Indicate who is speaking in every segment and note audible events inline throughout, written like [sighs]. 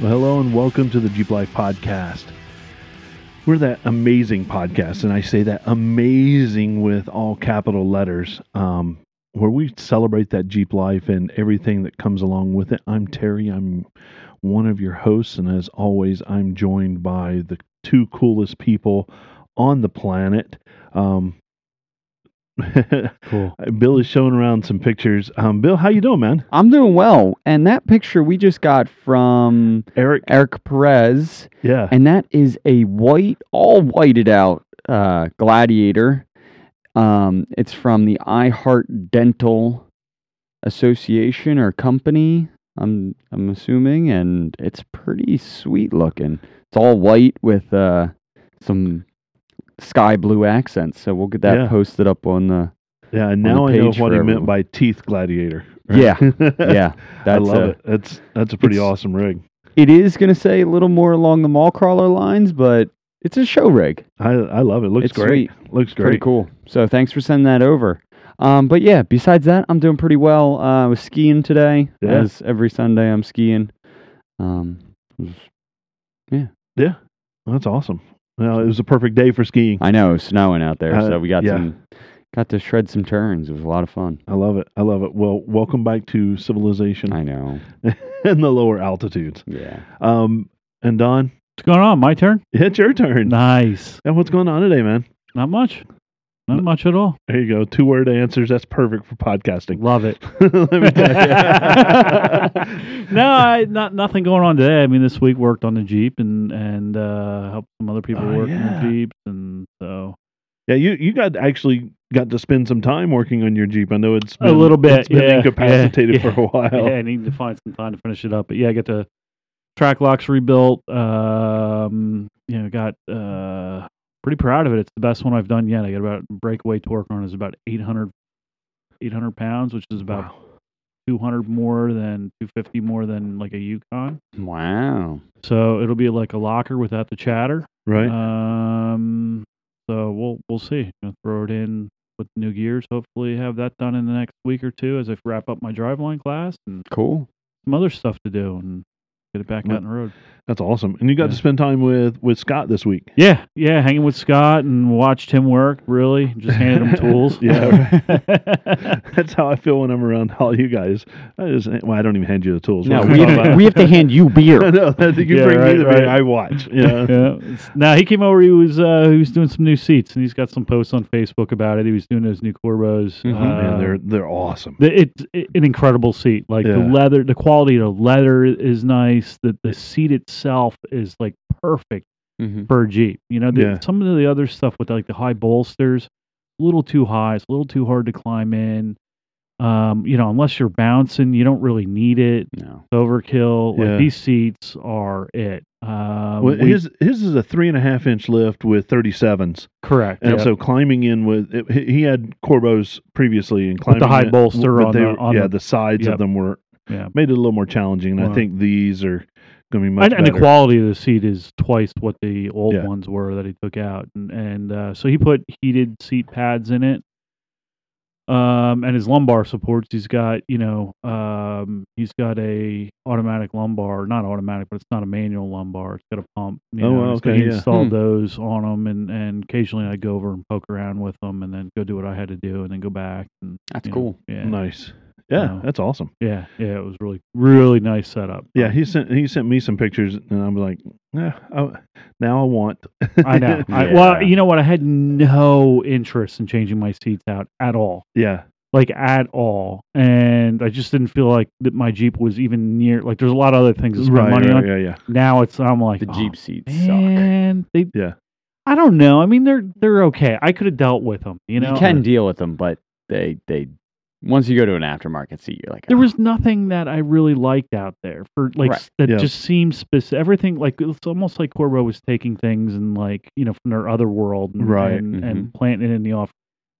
Speaker 1: and welcome to the Jeep Life Podcast. We're that amazing podcast, and I say that amazing with all capital letters, um, where we celebrate that Jeep life and everything that comes along with it. I'm Terry, I'm one of your hosts, and as always, I'm joined by the two coolest people on the planet. Um, [laughs]
Speaker 2: Cool.
Speaker 1: Bill is showing around some pictures. Um, Bill, how you doing, man?
Speaker 2: I'm doing well. And that picture we just got from
Speaker 1: Eric,
Speaker 2: Eric Perez,
Speaker 1: yeah,
Speaker 2: and that is a white, all whited out uh, gladiator. Um, it's from the I Heart Dental Association or company. I'm I'm assuming, and it's pretty sweet looking. It's all white with uh, some sky blue accents. So we'll get that
Speaker 1: Yeah.
Speaker 2: posted up on
Speaker 1: [laughs]
Speaker 2: the
Speaker 1: yeah. And
Speaker 2: the
Speaker 1: now I know
Speaker 2: page
Speaker 1: what
Speaker 2: for
Speaker 1: he meant
Speaker 2: everyone.
Speaker 1: by teeth gladiator. [laughs]
Speaker 2: yeah yeah.
Speaker 1: I
Speaker 2: That's
Speaker 1: love
Speaker 2: a-
Speaker 1: it. That's that's a pretty
Speaker 2: it's-
Speaker 1: awesome rig.
Speaker 2: It is going to say a little more along the mall crawler lines, but it's a show rig.
Speaker 1: I I love it. Looks
Speaker 2: it's
Speaker 1: great. Looks
Speaker 2: Pretty
Speaker 1: great.
Speaker 2: cool. So thanks for sending that over. Um, but yeah, besides that, I'm doing pretty well. Uh, I was skiing today,
Speaker 1: Yeah.
Speaker 2: as every Sunday I'm skiing. Um, it was-
Speaker 1: That's awesome. Well, it was a perfect day for skiing.
Speaker 2: I know it was snowing out there,
Speaker 1: Uh,
Speaker 2: so we got
Speaker 1: yeah.
Speaker 2: some got to shred some turns. It was a lot of fun.
Speaker 1: I love it. I love it. Well, welcome back to civilization
Speaker 2: I know.
Speaker 1: [laughs] and the lower altitudes.
Speaker 2: Yeah.
Speaker 1: Um, and Don,
Speaker 3: What's going on? My turn?
Speaker 1: it's your turn.
Speaker 3: Nice.
Speaker 1: And what's going on today, man?
Speaker 3: Not much. Not much at all.
Speaker 1: There you go. Two word answers. That's perfect for podcasting.
Speaker 3: Love it.
Speaker 1: [laughs] Let me tell you.
Speaker 2: [laughs]
Speaker 1: [laughs]
Speaker 3: no, I, not nothing going on today. I mean, this week worked on the Jeep and and uh, helped some other people
Speaker 1: Oh,
Speaker 3: work
Speaker 1: yeah.
Speaker 3: on the Jeeps, and [laughs] so
Speaker 1: Yeah, you you got actually got to spend some time working on your Jeep. I know it's
Speaker 3: A
Speaker 1: been,
Speaker 3: little bit,
Speaker 1: It's been
Speaker 3: yeah,
Speaker 1: incapacitated
Speaker 3: yeah,
Speaker 1: for a while.
Speaker 3: yeah, I need to find some time to finish it up. But yeah, I got the track locks rebuilt. Um, you know, got uh, pretty proud of it. It's the best one I've done yet. I got about breakaway torque on it is about 800, 800 pounds, which is about
Speaker 1: Wow.
Speaker 3: 200 more than 250 more than like a Yukon.
Speaker 2: Wow.
Speaker 3: So it'll be like a locker without the chatter.
Speaker 1: Right.
Speaker 3: Um, so we'll we'll see. Gonna throw it in with new gears. Hopefully have that done in the next week or two as I wrap up my driveline class and
Speaker 2: Cool.
Speaker 3: some other stuff to do and get it back
Speaker 1: Yeah.
Speaker 3: out on the road.
Speaker 1: That's awesome. And you got to
Speaker 3: Yeah.
Speaker 1: spend time with with Scott this
Speaker 3: [laughs]
Speaker 1: week.
Speaker 3: Yeah, yeah. Hanging with Scott and watched him work. Really, just handed him tools.
Speaker 1: [laughs] Yeah. That's how I feel when I'm around all you guys. I just well, I don't even hand you the tools.
Speaker 2: No,
Speaker 1: What am
Speaker 2: we
Speaker 1: I talking
Speaker 2: have,
Speaker 1: about?
Speaker 2: we have to hand
Speaker 1: [laughs]
Speaker 2: you
Speaker 1: I
Speaker 2: beer.
Speaker 1: know. That's- you
Speaker 3: Yeah,
Speaker 1: bring
Speaker 3: right,
Speaker 1: me the
Speaker 3: right.
Speaker 1: beer. I watch.
Speaker 3: [laughs]
Speaker 1: Yeah.
Speaker 3: [laughs] yeah. it's- Now he came over. He was uh, he was doing some new seats, and he's got some posts on Facebook about it. He was doing those new Corbos.
Speaker 2: Mhm.
Speaker 3: Uh,
Speaker 1: Mm-hmm. Man, they're they're awesome.
Speaker 3: the- it's it, an incredible seat. Like the
Speaker 1: Yeah.
Speaker 3: leather, the quality of the leather is nice. The the seat itself is like perfect
Speaker 2: Mm-hmm.
Speaker 3: for a Jeep. You know, the,
Speaker 1: Yeah.
Speaker 3: some of the other stuff with like the high bolsters, a little too high. It's a little too hard to climb in. Um, you know, unless you're bouncing, you don't really need it.
Speaker 2: No.
Speaker 3: It's overkill. Like
Speaker 1: Yeah.
Speaker 3: these seats are it. Um,
Speaker 1: Well,
Speaker 3: we-
Speaker 1: his his is a three and a half inch lift with thirty sevens,
Speaker 3: correct.
Speaker 1: and
Speaker 3: yeah.
Speaker 1: so climbing in with it, he- he had Corbos previously and climbing
Speaker 3: the high
Speaker 1: in-
Speaker 3: bolster
Speaker 1: but
Speaker 3: on
Speaker 1: they
Speaker 3: the-
Speaker 1: were-
Speaker 3: on
Speaker 1: yeah
Speaker 3: the-
Speaker 1: the sides
Speaker 3: yep.
Speaker 1: of them were
Speaker 3: Yeah.
Speaker 1: made it a little more challenging, and I
Speaker 3: Wow.
Speaker 1: think these are going to be much
Speaker 3: And, and the
Speaker 1: better.
Speaker 3: quality of the seat is twice what the old
Speaker 1: Yeah.
Speaker 3: ones were that he took out, and, and uh, so he put heated seat pads in it. Um, and his lumbar supports. He's got you know, um, he's got a automatic lumbar, not automatic, but it's not a manual lumbar. It's got a pump. You
Speaker 1: Oh,
Speaker 3: know,
Speaker 1: wow,
Speaker 3: and so
Speaker 1: okay,
Speaker 3: He
Speaker 1: yeah.
Speaker 3: installed
Speaker 2: Hmm.
Speaker 3: those on him, and and occasionally I go over and poke around with them, and then go do what I had to do, and then go back. And,
Speaker 2: That's
Speaker 3: you know,
Speaker 2: cool.
Speaker 3: yeah,
Speaker 1: nice. Yeah,
Speaker 3: Wow.
Speaker 1: that's awesome.
Speaker 3: yeah, yeah. It was really really nice setup.
Speaker 1: Yeah, he sent he sent me some pictures, and I'm like, yeah, I, now I want.
Speaker 3: I know. I,
Speaker 2: Yeah.
Speaker 3: well, you know what? I had no interest in changing my seats out at all,
Speaker 1: [laughs] yeah,
Speaker 3: like at all, and I just didn't feel like that my Jeep was even near. Like, there's a lot of other things to spend
Speaker 1: right,
Speaker 3: money
Speaker 1: right,
Speaker 3: on.
Speaker 1: yeah, yeah.
Speaker 3: Now it's I'm like
Speaker 2: The
Speaker 3: "Oh,
Speaker 2: Jeep seats suck.
Speaker 3: man, they
Speaker 1: Yeah.
Speaker 3: I don't know. I mean, they're they're okay. I could have dealt with them. You
Speaker 2: You,
Speaker 3: know,
Speaker 2: can deal with them, but they they once you go to an aftermarket seat, you're like
Speaker 3: there
Speaker 2: "Ah."
Speaker 3: was nothing that I really liked out there for like
Speaker 2: Right.
Speaker 3: s- that
Speaker 1: Yeah.
Speaker 3: just seemed specific. Everything like it's almost like Corbo was taking things and like you know from their other world and
Speaker 1: Right. mm-hmm.
Speaker 3: and, and planting it in the off.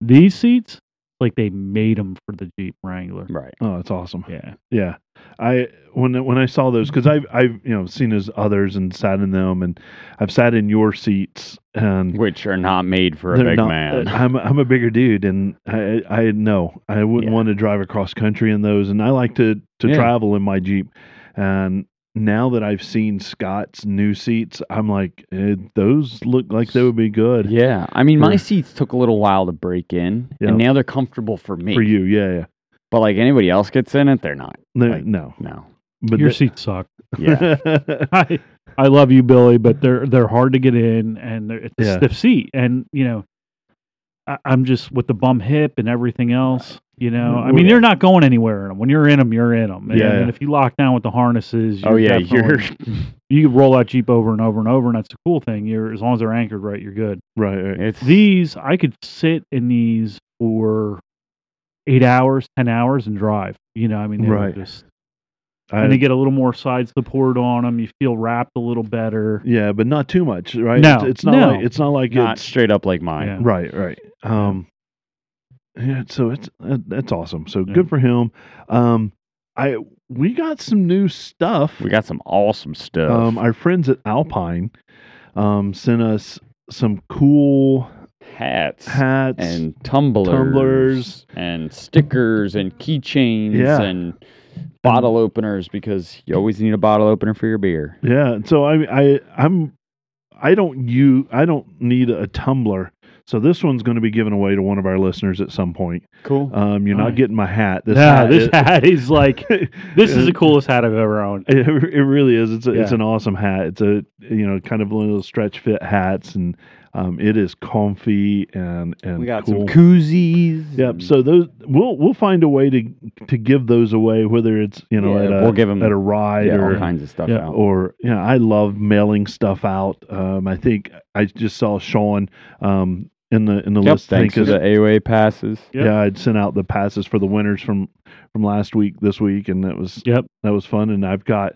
Speaker 3: These seats like they made them for the Jeep Wrangler.
Speaker 2: "Ah, right.
Speaker 1: Oh, that's awesome.
Speaker 3: Yeah,
Speaker 1: Yeah, I when when I saw those because I've I've you know seen his others and sat in them, and I've sat in your seats, and
Speaker 2: which are not made for a
Speaker 1: they're
Speaker 2: big
Speaker 1: [laughs] not- uh,
Speaker 2: man. [laughs]
Speaker 1: I'm I'm a bigger dude, and I I know I wouldn't
Speaker 2: Yeah.
Speaker 1: want to drive across country in those, and I like to to
Speaker 2: Yeah.
Speaker 1: travel in my Jeep, and now that I've seen Scott's new seats, I'm like, eh, those look like they would be good
Speaker 2: Yeah, I mean, my
Speaker 1: For-
Speaker 2: seats took a little while to break in,
Speaker 1: Yeah.
Speaker 2: and now they're comfortable for me.
Speaker 1: for you. Yeah, yeah.
Speaker 2: But like anybody else gets in it, they're not.
Speaker 1: No,
Speaker 2: Like-
Speaker 1: no.
Speaker 2: No.
Speaker 1: But
Speaker 3: Your
Speaker 1: the-
Speaker 3: seats suck.
Speaker 2: Yeah.
Speaker 3: I, I love you, Billy, but they're they're hard to get in, and they're, it's a
Speaker 1: Yeah.
Speaker 3: stiff seat, and you know, I, I'm just with the bum hip and everything else. You know, I mean,
Speaker 1: Well-
Speaker 3: you're not going anywhere in them. When you're in them, you're in them. And,
Speaker 1: Yeah.
Speaker 3: and if you lock down with the harnesses, you're
Speaker 2: oh yeah,
Speaker 3: definitely-
Speaker 2: you're.
Speaker 3: [laughs]
Speaker 1: [laughs]
Speaker 3: you can roll that jeep over and over and over, and that's the cool thing. You're as long as they're anchored right, you're good.
Speaker 1: [laughs] right, right.
Speaker 2: It's
Speaker 3: These I could sit in these for eight hours, ten hours, and drive. You know, I mean, they're
Speaker 1: Right.
Speaker 3: just
Speaker 1: I-
Speaker 3: and they get a little more side support on them. You feel wrapped a little better.
Speaker 1: yeah, but not too much, right?
Speaker 3: No,
Speaker 1: it's, it's not
Speaker 3: no.
Speaker 1: like it's not like
Speaker 2: not
Speaker 1: it's
Speaker 2: straight up like mine.
Speaker 3: Yeah.
Speaker 1: right, right. Um, yeah. So it's uh, that's awesome. So
Speaker 3: Yeah.
Speaker 1: good for him. Um, I we got some new stuff.
Speaker 2: We got some awesome stuff.
Speaker 1: um, our friends at Alpine um sent us some cool
Speaker 2: hats,
Speaker 1: hats.
Speaker 2: and tumblers,
Speaker 1: tumblers.
Speaker 2: and stickers and keychains
Speaker 1: Yeah.
Speaker 2: and bottle openers because you always need a bottle opener for your beer.
Speaker 1: yeah. and So I I I'm I don't you I don't need a tumbler. So this one's going to be given away to one of our listeners at some point.
Speaker 2: Cool.
Speaker 1: Um, you're not
Speaker 3: Nice.
Speaker 1: getting my hat.
Speaker 3: This
Speaker 1: This
Speaker 3: nah,
Speaker 1: hat
Speaker 3: this
Speaker 1: is-
Speaker 3: hat is like this is
Speaker 2: [laughs]
Speaker 3: the
Speaker 1: It-
Speaker 3: coolest hat I've ever owned.
Speaker 1: [laughs] It, it really is. It's a, it's
Speaker 3: Yeah.
Speaker 1: an awesome hat. It's a you know kind of one of those stretch fit hats, and um, it is comfy and and
Speaker 2: we got
Speaker 1: cool.
Speaker 2: some koozies.
Speaker 1: Yep. So those we'll we'll find a way to to give those away, whether it's you know
Speaker 2: Yeah,
Speaker 1: at a
Speaker 2: we'll give 'em-
Speaker 1: at a ride
Speaker 2: yeah, all
Speaker 1: or
Speaker 2: kinds of stuff
Speaker 3: Yeah.
Speaker 2: out.
Speaker 1: or you know I love mailing stuff out. Um, I think I just saw Sean um, in the in the
Speaker 2: Yep,
Speaker 1: list. I think
Speaker 2: thanks to
Speaker 1: is-
Speaker 2: the AOA passes.
Speaker 3: Yep.
Speaker 1: Yeah, I'd sent out the passes for the winners from from last week, this week, and that was
Speaker 3: Yep.
Speaker 1: that was fun. And I've got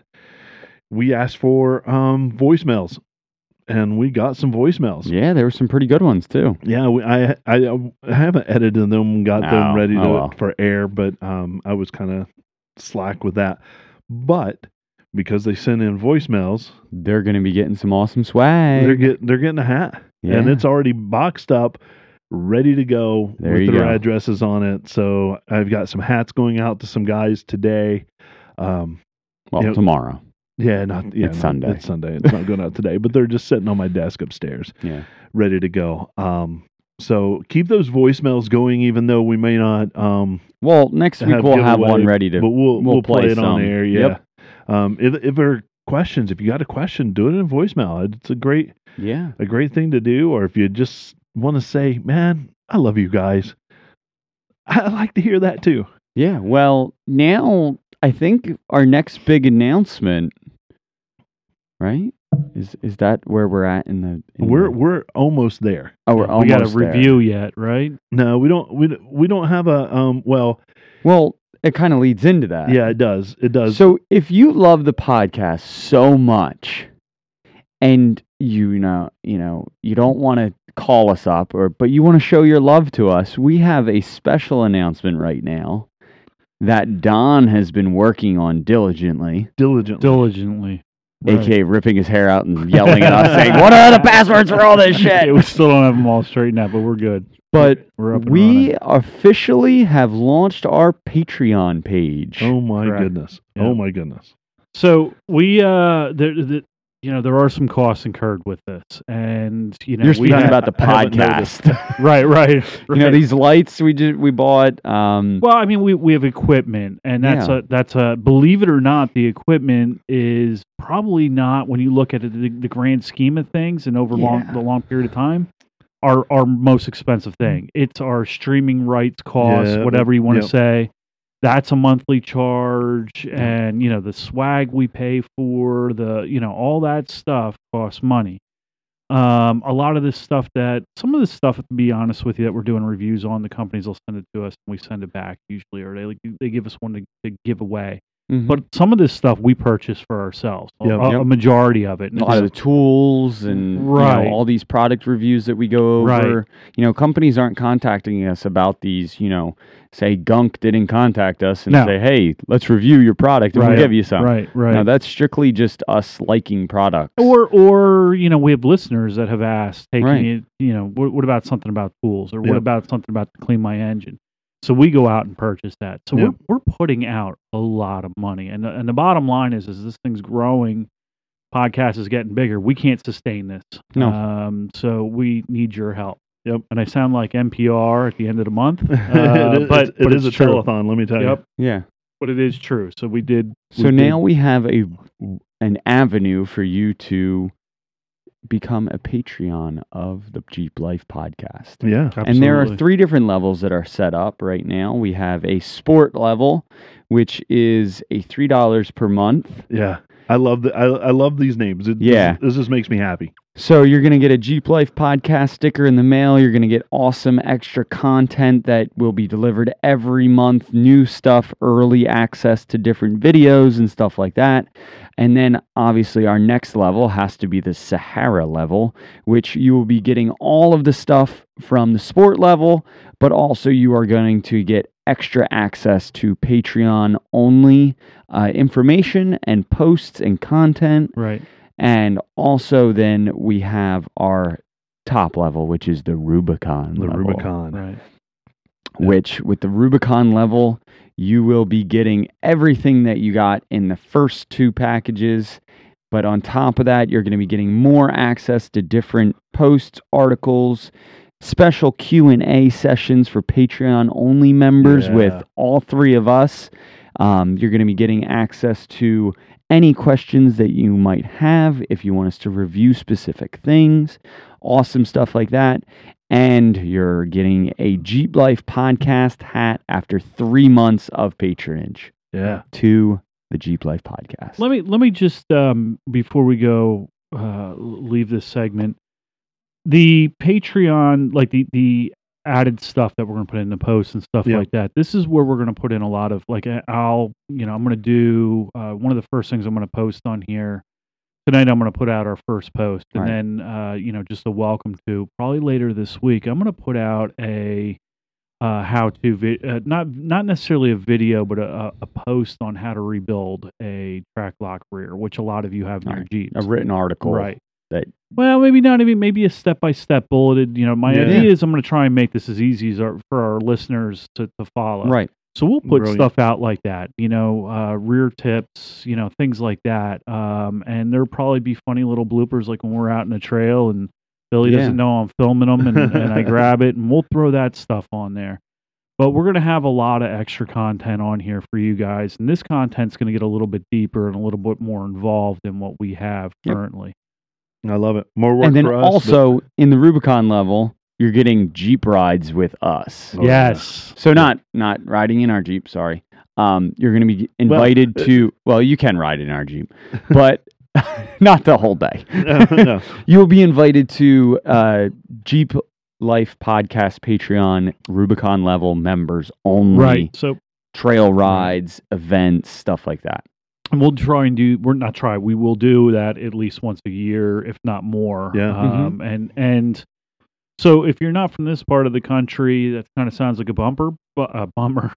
Speaker 1: we asked for um, voicemails, and we got some voicemails. Yeah,
Speaker 2: Yeah, there were some pretty good ones too.
Speaker 1: we, I, I I haven't edited them, and got
Speaker 2: Oh,
Speaker 1: them ready to,
Speaker 2: oh well.
Speaker 1: for air, but um, I was kind of slack with that. But because they sent in voicemails,
Speaker 2: They're going to be getting some awesome swag.
Speaker 1: they're getting they're getting a hat, and
Speaker 2: Yeah.
Speaker 1: it's already boxed up, ready to go
Speaker 2: There
Speaker 1: with
Speaker 2: you
Speaker 1: their
Speaker 2: go.
Speaker 1: addresses on it. So I've got some hats going out to some guys today. Um,
Speaker 2: well
Speaker 1: you know-
Speaker 2: tomorrow.
Speaker 1: yeah, not yeah,
Speaker 2: It's
Speaker 1: no,
Speaker 2: Sunday.
Speaker 1: It's Sunday. It's not going out today, but they're just sitting on my desk upstairs,
Speaker 2: [laughs] Yeah.
Speaker 1: ready to go. Um, so keep those voicemails going, even though we may not. Um,
Speaker 2: Well, next week
Speaker 1: Have
Speaker 2: we'll have
Speaker 1: giveaway,
Speaker 2: one ready to.
Speaker 1: but we'll we'll, play, it on
Speaker 2: some.
Speaker 1: air. Yeah.
Speaker 2: Yep.
Speaker 1: Um, if if there are questions, if you got a question, do it in voicemail. It's a great
Speaker 2: Yeah.
Speaker 1: a great thing to do, or if you just want to say, "Man, I love you guys," I like to hear that too.
Speaker 2: Yeah. Well, now I think our next big announcement, right? Is is that where we're at in the? in
Speaker 1: We're
Speaker 2: the-
Speaker 1: we're almost there.
Speaker 2: oh, we're
Speaker 3: we got a
Speaker 2: almost there.
Speaker 3: review yet, right?
Speaker 1: No, we don't. We don't- we don't have a um. Well,
Speaker 2: Well, it kind of leads into that.
Speaker 1: yeah, it does. It does.
Speaker 2: Uh, So if you love the podcast so much, and you know, you know, you don't want to call us up, or but you want to show your love to us, we have a special announcement right now that Don has been working on diligently.
Speaker 1: diligently.
Speaker 3: Diligently.
Speaker 2: aka ripping his hair out and yelling at us, saying, "What are the passwords for all
Speaker 3: [laughs]
Speaker 2: this shit?"
Speaker 3: Yeah, we still don't have them all straightened out, but we're good.
Speaker 2: But
Speaker 3: We're up and
Speaker 2: we
Speaker 3: running.
Speaker 2: officially have launched our Patreon page.
Speaker 3: [laughs]
Speaker 1: Oh my
Speaker 3: Correct.
Speaker 1: goodness.
Speaker 3: Yeah.
Speaker 1: Oh my
Speaker 3: [laughs]
Speaker 1: goodness.
Speaker 3: So we uh there, the, you know there are some costs incurred with this, and you know
Speaker 2: You're
Speaker 3: we
Speaker 2: speaking
Speaker 3: have,
Speaker 2: about the
Speaker 1: I haven't noticed.
Speaker 2: podcast.
Speaker 3: [laughs] right, right,
Speaker 2: you know
Speaker 3: right.
Speaker 2: these lights we did we bought. Um,
Speaker 3: Well, I mean, we, we have equipment, and that's
Speaker 2: Yeah.
Speaker 3: a that's a believe it or not, the equipment is probably not when you look at it, the, the grand scheme of things and over long
Speaker 2: Yeah.
Speaker 3: the long period of time, our our most expensive thing.
Speaker 2: Mm-hmm.
Speaker 3: It's our streaming rights cost,
Speaker 1: Yeah,
Speaker 3: whatever you want to
Speaker 1: yep.
Speaker 3: say. That's a monthly charge, and you know the swag we pay for the you know all that stuff costs money. Um, a lot of this stuff that some of this stuff, to be honest with you, that we're doing reviews on, the companies will send it to us and we send it back usually, or they like, they give us one to, to give away.
Speaker 2: mhm.
Speaker 3: But some of this stuff we purchase for ourselves, a-
Speaker 1: Yep.
Speaker 3: a, a
Speaker 2: Yep.
Speaker 3: majority of it.
Speaker 2: a lot of the tools and you know,
Speaker 3: Right.
Speaker 2: all these product reviews that we go
Speaker 3: Right.
Speaker 2: over. You know, companies aren't contacting us about these. You know, say Gunk didn't contact us and
Speaker 3: No.
Speaker 2: say, "Hey, let's review your product and
Speaker 3: Right.
Speaker 2: we'll give you some."
Speaker 3: right, right.
Speaker 2: No, that's strictly just us liking products.
Speaker 3: or, or you know, we have listeners that have asked, hey,
Speaker 2: Right.
Speaker 3: can you, you know, what, what about something about tools, or what
Speaker 1: Yep.
Speaker 3: about something about clean my engine? So we go out and purchase that. So
Speaker 1: Yeah.
Speaker 3: we're we're putting out a lot of money, and the, and the bottom line is is this thing's growing, podcast is getting bigger. We can't sustain this.
Speaker 2: No.
Speaker 3: Um, so we need your help.
Speaker 1: Yep.
Speaker 3: And I sound like NPR at the end of the month.
Speaker 1: [laughs] It is-
Speaker 3: Uh, but-
Speaker 1: it
Speaker 3: but
Speaker 1: is a
Speaker 3: it's true.
Speaker 1: telethon. Let me tell
Speaker 3: Yep.
Speaker 2: Yeah.
Speaker 3: But it is true. So we did.
Speaker 2: So
Speaker 3: we did-
Speaker 2: now we have a an avenue for you to become a Patreon of the Jeep Life podcast.
Speaker 1: you. Yeah.
Speaker 2: And there are
Speaker 3: Absolutely.
Speaker 2: three different levels that are set up right now. We have a sport level, which is a three dollars per month.
Speaker 1: Yeah. I love the I, I love these names. It,
Speaker 2: Yeah.
Speaker 1: This, this just makes me happy.
Speaker 2: So you're gonna get a Jeep Life podcast sticker in the mail. You're gonna get awesome extra content that will be delivered every month. New stuff, early access to different videos and stuff like that. And then obviously our next level has to be the Sahara level, which you will be getting all of the stuff from the sport level, but also you are going to get extra access to Patreon only uh, information and posts and content.
Speaker 3: Right.
Speaker 2: And also, then we have our top level, which is the Rubicon.
Speaker 1: The
Speaker 2: level,
Speaker 1: Rubicon.
Speaker 3: Right.
Speaker 2: Which, with the Rubicon level, you will be getting everything that you got in the first two packages. But on top of that, you're going to be getting more access to different posts, articles, special Q&A sessions for Patreon only members
Speaker 1: Yeah.
Speaker 2: with all three of us. Um, you're going to be getting access to any questions that you might have if you want us to review specific things, awesome stuff like that. And you're getting a Jeep Life podcast hat after three months of patronage
Speaker 1: Yeah.
Speaker 2: to the Jeep Life podcast.
Speaker 3: Let me let me just um, before we go uh, leave this segment. The Patreon, like the the added stuff that we're going to put in the posts and stuff
Speaker 1: Yeah.
Speaker 3: like that. This is where we're going to put in a lot of like I- I'll you know I'm going to do uh, one of the first things I'm going to post on here tonight. I'm going to put out our first post and
Speaker 2: Right.
Speaker 3: then uh, you know just a welcome to probably later this week. I'm going to put out a uh, how to vi- uh, not not necessarily a video, but a, a- a post on how to rebuild a track lock rear, which a lot of you have in your
Speaker 2: Right.
Speaker 3: Jeeps,
Speaker 2: a written article.
Speaker 3: right?
Speaker 2: that-
Speaker 3: well, maybe not even maybe a step by step bulleted. You know, my
Speaker 1: Yeah.
Speaker 3: idea is I'm going to try and make this as easy as our, for our listeners to, to follow.
Speaker 2: Right.
Speaker 3: So we'll put
Speaker 1: Brilliant.
Speaker 3: stuff out like that, you know, uh, rear tips, you know, things like that. Um, and there'll probably be funny little bloopers like when we're out in the trail and Billy
Speaker 2: Yeah.
Speaker 3: doesn't know I'm filming them and, and I grab it and we'll throw that stuff on there. But we're going to have a lot of extra content on here for you guys. And this content's going to get a little bit deeper and a little bit more involved than what we have
Speaker 2: Yep.
Speaker 3: currently.
Speaker 1: I love it. More work
Speaker 2: And then
Speaker 1: for us.
Speaker 2: also in the Rubicon level, you're getting Jeep rides with us.
Speaker 1: Oh, yeah.
Speaker 3: yes.
Speaker 2: So not not riding in our Jeep, sorry. Um, you're going to be invited
Speaker 1: uh,
Speaker 2: to. Well, you can ride in
Speaker 1: [laughs]
Speaker 2: our Jeep, but [laughs] not the whole day.
Speaker 3: [laughs]
Speaker 1: but- [laughs] No.
Speaker 2: You will be invited to uh, Jeep Life Podcast Patreon Rubicon level members
Speaker 1: Hmm.
Speaker 2: only.
Speaker 3: Right. So
Speaker 2: Trail rides, events, stuff like that.
Speaker 3: And we'll try and do. We're not try. We will do that at least once a year, if not more.
Speaker 1: Yeah. Mm-hmm.
Speaker 3: Um, And and so if you're not from this part of the country, that kind of sounds like a bumper, but a bummer.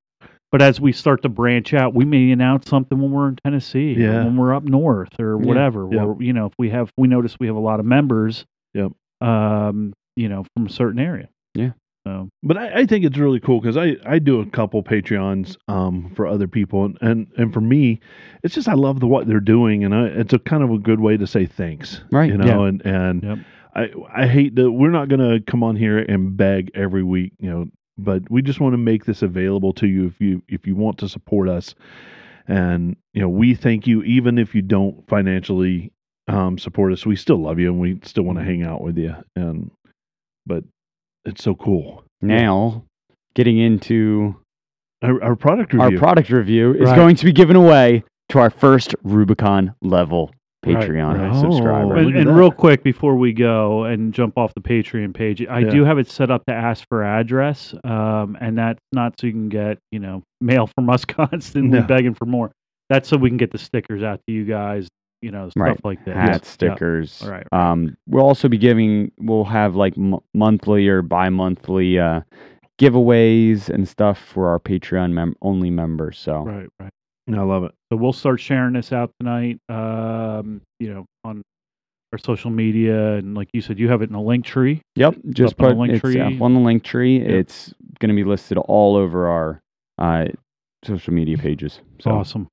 Speaker 3: But as we start to branch out, we may announce something when we're in Tennessee, or
Speaker 1: Yeah.
Speaker 3: when we're up north, or
Speaker 2: Yeah.
Speaker 3: whatever.
Speaker 1: Yep.
Speaker 3: Or you know, if we have, we notice we have a lot of members.
Speaker 1: Yep.
Speaker 3: Um, you know, from a certain area.
Speaker 2: Yeah.
Speaker 3: So
Speaker 1: But I, I think it's really cool because I, I do a couple Patreons um, for other people and, and, and for me, it's just I love the what they're doing and I, it's a kind of a good way to say thanks,
Speaker 2: Right,
Speaker 1: You know, and and
Speaker 3: Yep.
Speaker 1: I I hate that we're not gonna come on here and beg every week, you know, but we just want to make this available to you if you if you want to support us, and you know we thank you even if you don't financially um, support us, we still love you and we still want to
Speaker 3: Mm-hmm.
Speaker 1: hang out with you and but it's so cool.
Speaker 2: Now, getting into
Speaker 1: Our, our product
Speaker 2: our
Speaker 1: review.
Speaker 2: product review is
Speaker 3: Right.
Speaker 2: going to be given away to our first Rubicon level
Speaker 3: Right,
Speaker 2: Patreon
Speaker 1: right.
Speaker 2: subscriber.
Speaker 1: Look
Speaker 3: And,
Speaker 1: at
Speaker 3: and
Speaker 1: that.
Speaker 3: real quick before we go and jump off the Patreon page, I
Speaker 1: Yeah.
Speaker 3: do have it set up to ask for address, um, and that's not so you can get you know mail from us [laughs] constantly
Speaker 1: No.
Speaker 3: begging for more. That's so we can get the stickers out to you guys, you know, stuff
Speaker 2: Right.
Speaker 3: like that.
Speaker 2: hat
Speaker 3: Yeah.
Speaker 2: stickers.
Speaker 3: All right.
Speaker 2: Um, we'll also be giving. We'll have like m- monthly or bi-monthly uh, giveaways and stuff for our Patreon mem- only members. So
Speaker 3: Right, right.
Speaker 1: I love it.
Speaker 3: So we'll start sharing this out tonight, um, you know, on our social media, and like you said, you have it in a link tree.
Speaker 2: yep, just
Speaker 3: Up on the
Speaker 2: put
Speaker 3: link
Speaker 2: it's
Speaker 3: tree.
Speaker 2: up on the link tree.
Speaker 3: Yep.
Speaker 2: It's going to be listed all over our uh, social media pages. So
Speaker 3: awesome.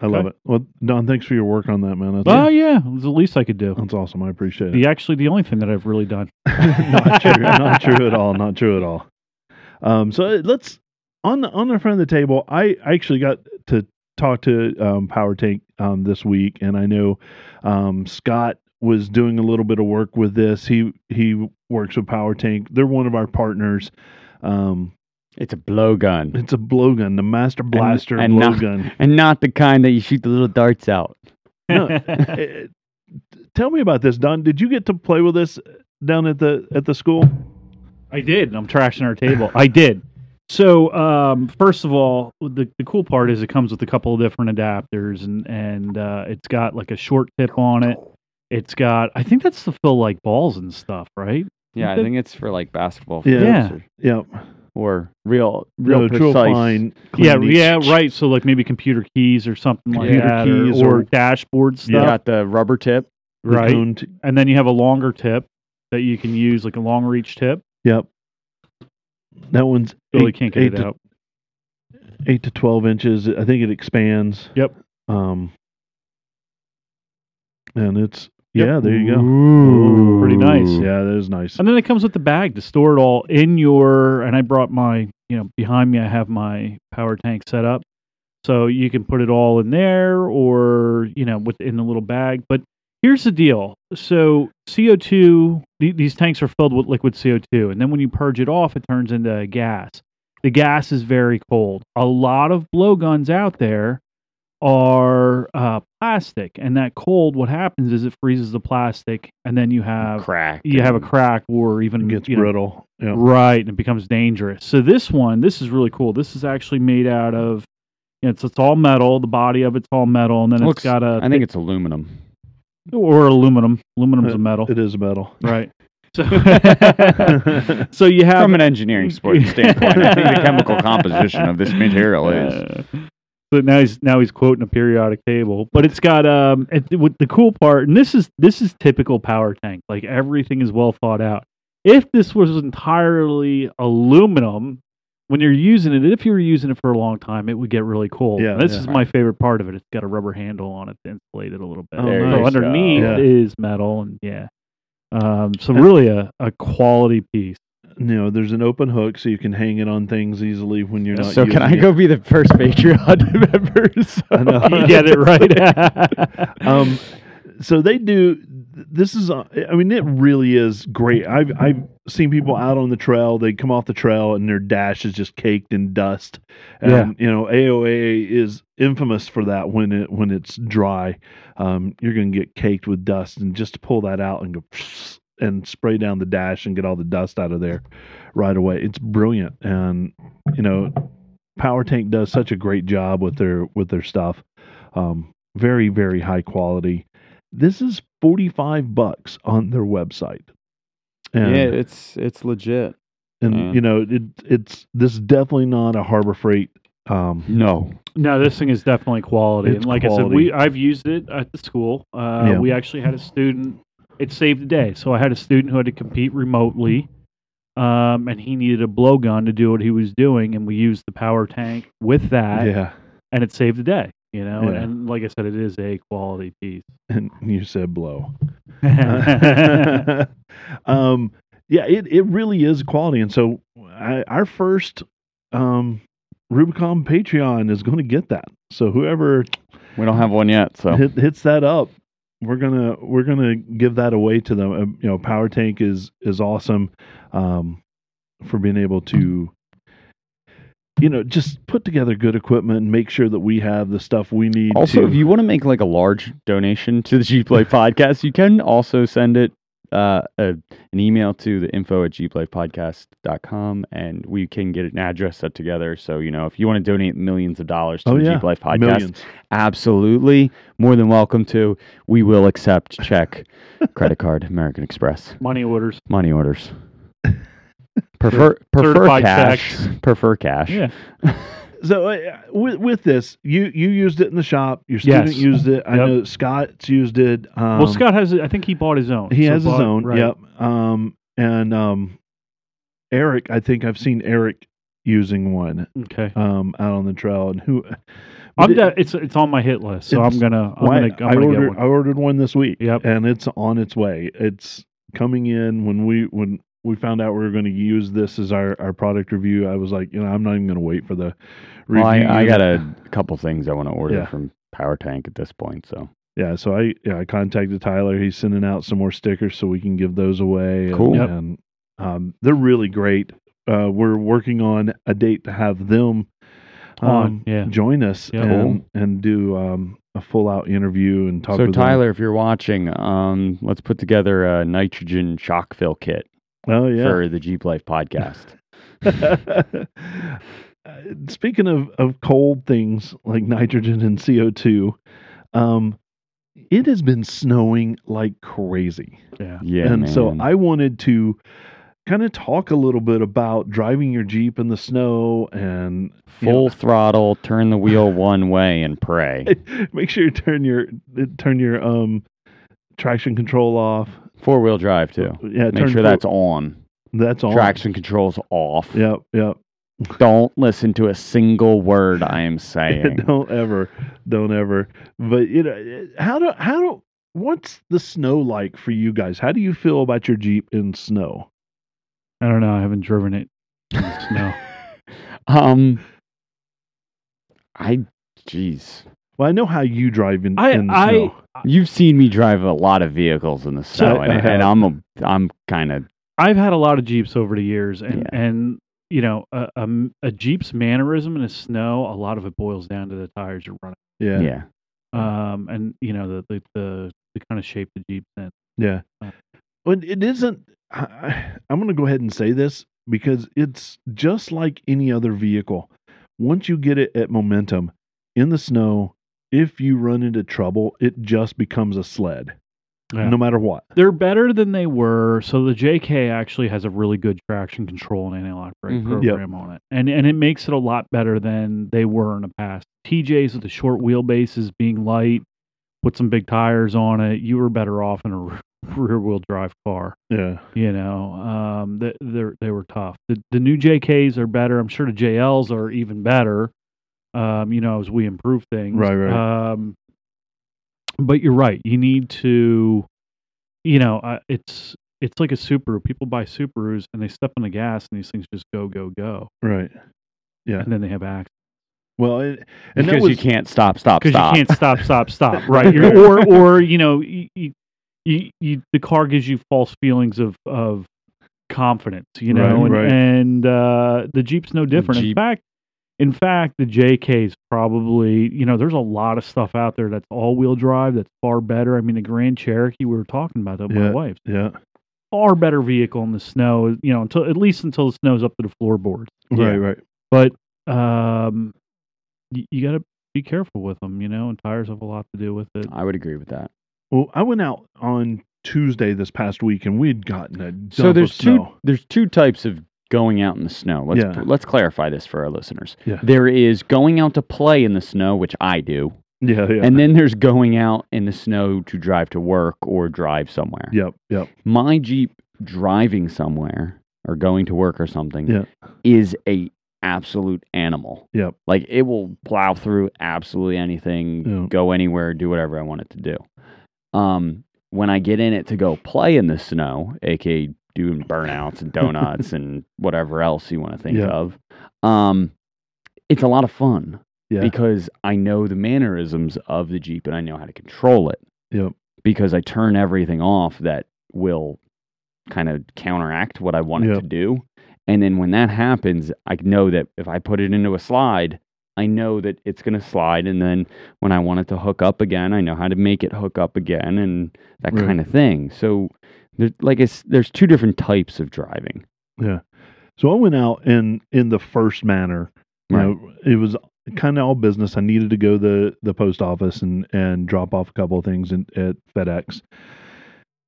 Speaker 1: I love
Speaker 3: Okay.
Speaker 1: it. Well, Don, thanks for your work on that, man. That's,
Speaker 3: Oh yeah, it was the least I could do.
Speaker 1: that's awesome. I appreciate it.
Speaker 3: The actually the only thing that I've really done.
Speaker 1: [laughs] not true. Not true at all. Not true at all. Um, so let's on the on the front of the table. I I actually got to talk to um, Power Tank um, this week, and I know um, Scott was doing a little bit of work with this. He he works with Power Tank. They're one of our partners. Um,
Speaker 2: it's a blowgun,
Speaker 1: it's a blowgun, the Master Blaster
Speaker 2: and now-
Speaker 1: blowgun.
Speaker 2: [laughs] and not the kind that you shoot the little darts out. [laughs]
Speaker 3: [laughs]
Speaker 1: No. Eh, Tell me about this, Don. Did you get to play with this down at the at the school?
Speaker 3: I did. I'm trashing our table. I did. So, um, first of all, the, the cool part is it comes with a couple of different adapters, and and uh, it's got like a short tip on it. It's got, I think that's to fill like balls and stuff, right?
Speaker 2: Yeah, I
Speaker 3: That-
Speaker 2: think it's for like basketball
Speaker 1: Yeah.
Speaker 2: fields or-
Speaker 1: Yep.
Speaker 2: or, real, real
Speaker 1: No, true,
Speaker 2: precise.
Speaker 1: fine,
Speaker 3: yeah,
Speaker 1: clean,
Speaker 3: yeah, right. So like maybe computer keys or something
Speaker 2: Computer
Speaker 3: like that, or-
Speaker 1: keys
Speaker 3: or,
Speaker 1: or-
Speaker 3: dashboard
Speaker 2: You
Speaker 3: stuff,
Speaker 2: got the rubber tip.
Speaker 1: the
Speaker 3: right?
Speaker 1: cone t-
Speaker 3: And then you have a longer tip that you can use, like a long reach tip.
Speaker 1: Yep. That one's
Speaker 3: Really
Speaker 1: eight,
Speaker 3: can't get
Speaker 1: eight
Speaker 3: it
Speaker 1: to,
Speaker 3: out.
Speaker 1: Eight to twelve inches. I think it expands.
Speaker 3: Yep.
Speaker 1: Um. And it's
Speaker 3: Yep.
Speaker 1: yeah. There you go.
Speaker 2: Ooh.
Speaker 3: Pretty nice.
Speaker 1: Yeah, that is nice.
Speaker 3: And then it comes with the bag to store it all in your. And I brought my, you know, behind me I have my power tank set up, so you can put it all in there, or you know, within the little bag. But here's the deal: so CO two, these tanks are filled with liquid CO two, and then when you purge it off, it turns into gas. The gas is very cold. A lot of blowguns out there are uh, plastic, and that cold, what happens is it freezes the plastic, and then you have
Speaker 2: Crack.
Speaker 3: you have a
Speaker 2: and-
Speaker 3: crack or even
Speaker 1: it gets
Speaker 3: you know,
Speaker 1: brittle. Yeah.
Speaker 3: right and it becomes dangerous so this one this is really cool this is actually made out of you know, it's, it's all metal the body of it's all metal and then
Speaker 2: Looks-
Speaker 3: it's got a
Speaker 2: I think Uh, it's aluminum.
Speaker 3: or aluminum aluminum's a metal
Speaker 1: It is metal.
Speaker 2: [laughs]
Speaker 3: right so
Speaker 1: yeah.
Speaker 3: so [laughs] you [laughs] have
Speaker 2: From an
Speaker 3: [laughs]
Speaker 2: engineering sport standpoint, I think the chemical composition of this material is
Speaker 3: Uh, but now he's now he's quoting a periodic table. But it's got um it, what the cool part, and this is this is typical power tank. Like everything is well thought out. If this was entirely aluminum, when you're using it, if you were using it for a long time, it would get really cold.
Speaker 1: Yeah,
Speaker 3: And this
Speaker 1: yeah.
Speaker 3: is my favorite part of it. It's got a rubber handle on it to insulate it a little bit.
Speaker 1: Oh,
Speaker 2: There
Speaker 1: nice.
Speaker 3: so
Speaker 2: you
Speaker 3: underneath
Speaker 2: go.
Speaker 1: Yeah.
Speaker 3: is metal, and yeah. Um, so really a, a quality piece.
Speaker 1: You know, there's an open hook, so you can hang it on things easily when you're not.
Speaker 2: So can I
Speaker 1: using
Speaker 2: go be the first Patreon [laughs] member? So
Speaker 1: I know.
Speaker 3: [laughs] You
Speaker 2: [laughs]
Speaker 3: get
Speaker 1: [laughs]
Speaker 3: it right. [laughs]
Speaker 1: It. Um. So they do. This is. uh, I mean, it really is great. I've I've seen people out on the trail. They come off the trail and their dash is just caked in dust. And,
Speaker 3: Yeah.
Speaker 1: you know, AOA is infamous for that when it when it's dry. Um, you're going to get caked with dust and just to pull that out and go [sniffs] and spray down the dash and get all the dust out of there right away. It's brilliant and you know, Power Tank does such a great job with their with their stuff. Um, very very high quality. This is 45 bucks on their website. And-
Speaker 2: it's it's legit.
Speaker 1: and
Speaker 2: Yeah.
Speaker 1: you know it, it's this is definitely not a harbor freight um
Speaker 2: No,
Speaker 3: No, this thing is definitely quality.
Speaker 1: It's
Speaker 3: and like I said,
Speaker 1: quality.
Speaker 3: we I've used it at the school. Uh,
Speaker 1: Yeah.
Speaker 3: We actually had a student. It saved the day. So I had a student who had to compete remotely, um, and he needed a blowgun to do what he was doing, and we used the power tank with that,
Speaker 1: yeah
Speaker 3: and it saved the day. You know,
Speaker 1: Yeah.
Speaker 3: and, and like I said, it is a quality
Speaker 1: [laughs]
Speaker 3: piece. [laughs]
Speaker 1: and you said blow [laughs] um yeah it it really is quality and so I, our first um rubicon patreon is going to get that so whoever
Speaker 2: we don't have one yet. So
Speaker 1: hit, hits that up we're gonna we're gonna give that away to them Um, you know power tank is is awesome um for being able to you know just put together good equipment and make sure that we have the stuff we need
Speaker 2: also,
Speaker 1: to,
Speaker 2: if you want to make like a large donation to the
Speaker 1: [laughs]
Speaker 2: Gplay podcast, you can also send it uh, a, an email to the info at gplaypodcast.com and we can get an address set together. So, you know, if you want to donate millions of dollars to
Speaker 1: Oh,
Speaker 2: the
Speaker 1: yeah.
Speaker 2: Gplay podcast,
Speaker 1: millions
Speaker 2: absolutely more than welcome to. We will accept
Speaker 1: [laughs]
Speaker 2: check, credit card, American Express,
Speaker 3: Money orders.
Speaker 1: [laughs]
Speaker 2: money orders. Prefer prefer
Speaker 3: certified
Speaker 2: cash. Prefer cash.
Speaker 3: Yeah.
Speaker 1: so uh, with, with this you you used it in the shop your student
Speaker 3: Yes.
Speaker 1: used it i
Speaker 3: Yep.
Speaker 1: know scott's used it um,
Speaker 3: well, Scott has. I think he bought his own.
Speaker 1: He
Speaker 3: So
Speaker 1: has his
Speaker 3: bought-
Speaker 1: own.
Speaker 3: right.
Speaker 1: Yep. Um, and um, Eric, I think I've seen Eric using one
Speaker 3: Okay.
Speaker 1: um, out on the trail, and who?
Speaker 3: I'm
Speaker 1: But it-
Speaker 3: de- it's it's on my hit list, so I'm
Speaker 1: It's-
Speaker 3: gonna I'm
Speaker 1: why-
Speaker 3: gonna, I'm gonna
Speaker 1: ordered
Speaker 3: get
Speaker 1: I
Speaker 3: one.
Speaker 1: ordered one this week.
Speaker 3: Yep.
Speaker 1: and it's on its way. It's coming in when we when we found out we were going to use this as our our product review. I was like, you know, I'm not even going to wait for the review.
Speaker 2: Well, I, I got
Speaker 1: unit.
Speaker 2: a couple things I want to order
Speaker 1: Yeah.
Speaker 2: from Power Tank at this point. So
Speaker 1: Yeah, so I yeah, I contacted Tyler. He's sending out some more stickers so we can give those away. and-
Speaker 2: Cool.
Speaker 3: Yep.
Speaker 1: And um, they're really great. Uh, we're working on a date to have them um,
Speaker 3: On, yeah.
Speaker 1: join us
Speaker 3: Yeah.
Speaker 1: and and do um, a full out interview and talk.
Speaker 2: so
Speaker 1: with them.
Speaker 2: Tyler, if you're watching, um, let's put together a nitrogen shock fill kit
Speaker 1: oh yeah,
Speaker 2: for the Jeep Life podcast.
Speaker 1: [laughs] Uh, Speaking of, of cold things like nitrogen and CO2, um, it has been snowing like crazy.
Speaker 3: Yeah.
Speaker 2: yeah,
Speaker 1: and so
Speaker 2: man.
Speaker 1: I wanted to kind of talk a little bit about driving your Jeep in the snow and [laughs] you
Speaker 2: full
Speaker 1: know,
Speaker 2: throttle, turn
Speaker 1: [laughs]
Speaker 2: the wheel one way and pray.
Speaker 1: make sure you turn your turn your um traction control off.
Speaker 2: Four wheel drive too.
Speaker 1: Yeah,
Speaker 2: Make
Speaker 1: turn fo-
Speaker 2: sure that's on.
Speaker 1: that's on.
Speaker 2: Traction controls off.
Speaker 1: Yep, yep. [laughs]
Speaker 2: Don't listen to a single word I
Speaker 1: [laughs]
Speaker 2: am saying.
Speaker 1: don't ever, don't ever. But you know, how do how do what's the snow like for you guys? How do you feel about your Jeep in snow?
Speaker 3: I don't know. I haven't driven it. in the snow.
Speaker 2: um, I, jeez,
Speaker 1: Well, I know how you drive in,
Speaker 3: I
Speaker 1: in the
Speaker 3: I
Speaker 1: snow.
Speaker 2: you've seen me drive a lot of vehicles in the snow,
Speaker 1: I
Speaker 2: and, and
Speaker 1: have.
Speaker 2: I'm a, I'm kind of
Speaker 3: I've had a lot of Jeeps over the years, and
Speaker 2: Yeah.
Speaker 3: and you know a, a m- a Jeep's mannerism in the snow, a lot of it boils down to the tires you're running,
Speaker 1: Yeah,
Speaker 2: yeah.
Speaker 1: yeah.
Speaker 3: um, and you know the the the, the kind of shape the Jeep's in.
Speaker 2: Uh,
Speaker 1: But it isn't. I- I, I'm going to go ahead and say this because it's just like any other vehicle. Once you get it at momentum in the snow, if you run into trouble, it just becomes a sled,
Speaker 3: Yeah.
Speaker 1: no matter what.
Speaker 3: They're better than they were. So the JK actually has a really good traction control and anti-lock brake
Speaker 2: Mhm.
Speaker 1: Yep.
Speaker 3: program on it, and and it makes it a lot better than they were in the past. TJs with the short wheelbases being light, put some big tires on it. You were better off in a [laughs] re- rear-wheel drive car.
Speaker 1: Yeah,
Speaker 3: You know, um, they they they were tough. The the new JKs are better. I'm sure the JLs are even better. Um, you know, as we improve things,
Speaker 1: Right, right.
Speaker 3: Um, but you're right. You need to, you know, uh, it's it's like a Subaru. People buy Subarus and they step on the gas, and these things just go go go,
Speaker 1: right. Yeah.
Speaker 3: and then they have accidents
Speaker 1: Well, it, and that
Speaker 2: because
Speaker 1: was
Speaker 2: you can't stop, stop,
Speaker 3: because
Speaker 2: stop.
Speaker 3: you can't stop, stop, stop. Right? You're, or or you know, you, you, you, you the car gives you false feelings of of confidence, you
Speaker 1: Right,
Speaker 3: know, and,
Speaker 1: right.
Speaker 3: and uh, the Jeep's no different. In
Speaker 2: Jeep.
Speaker 3: fact, in fact, the JK's probably you know, there's a lot of stuff out there that's all wheel drive that's far better. I mean, the Grand Cherokee we were talking about that with
Speaker 1: Yeah.
Speaker 3: my wife
Speaker 1: yeah.
Speaker 3: far better vehicle in the snow, you know, until at least until the snow's up to the floorboard.
Speaker 1: Right, right.
Speaker 3: But um, you, you got to be careful with them, you know, and tires have a lot to do with it.
Speaker 2: I would agree with that.
Speaker 1: Well, I went out on Tuesday this past week, and we'd gotten a dump
Speaker 2: So there's
Speaker 1: of
Speaker 2: two
Speaker 1: snow.
Speaker 2: there's two types of going out in the snow. Let's
Speaker 1: Yeah.
Speaker 2: let's clarify this for our listeners.
Speaker 1: Yeah.
Speaker 2: There is going out to play in the snow, which I do,
Speaker 1: Yeah, yeah.
Speaker 2: and then there's going out in the snow to drive to work or drive somewhere.
Speaker 1: yep, yep.
Speaker 2: My Jeep driving somewhere or going to work or something
Speaker 1: Yeah.
Speaker 2: is a absolute animal.
Speaker 1: Yep.
Speaker 2: Like it will plow through absolutely anything,
Speaker 1: Yeah.
Speaker 2: go anywhere, do whatever I want it to do. Um when I get in it to go play in the snow, aka doing burnouts
Speaker 1: [laughs]
Speaker 2: and donuts and whatever else you want to think
Speaker 1: Yeah.
Speaker 2: of, um, it's a lot of fun
Speaker 1: Yeah.
Speaker 2: because I know the mannerisms of the Jeep and I know how to control it.
Speaker 1: Yep.
Speaker 2: Because I turn everything off that will kind of counteract what I want it
Speaker 1: Yep.
Speaker 2: to do. And then when that happens, I know that if I put it into a slide, I know that it's going to slide. And then when I want it to hook up again, I know how to make it hook up again and that
Speaker 1: Right.
Speaker 2: kind of thing. So, there, like, it's, there's two different types of driving.
Speaker 1: So I went out in in the first manner. You
Speaker 2: Right.
Speaker 1: know, it was kind of all business. I needed to go to the the post office and and drop off a couple of things in, at FedEx.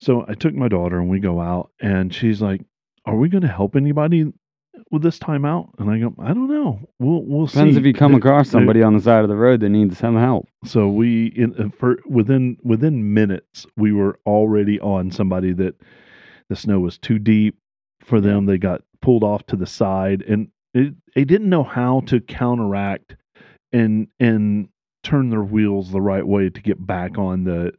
Speaker 1: So I took my daughter and we go out, and she's like, "Are we going to help anybody with this time out?" And I go, "I don't know. We'll we'll
Speaker 2: Depends
Speaker 1: see." Eh,
Speaker 2: if you come
Speaker 1: There-
Speaker 2: across
Speaker 1: there-
Speaker 2: somebody on the side of the road that needs some help.
Speaker 1: So we in uh, for within within minutes we were already on somebody that the snow was too deep for them. They got pulled off to the side and It, they didn't know how to counteract and and turn their wheels the right way to get back on the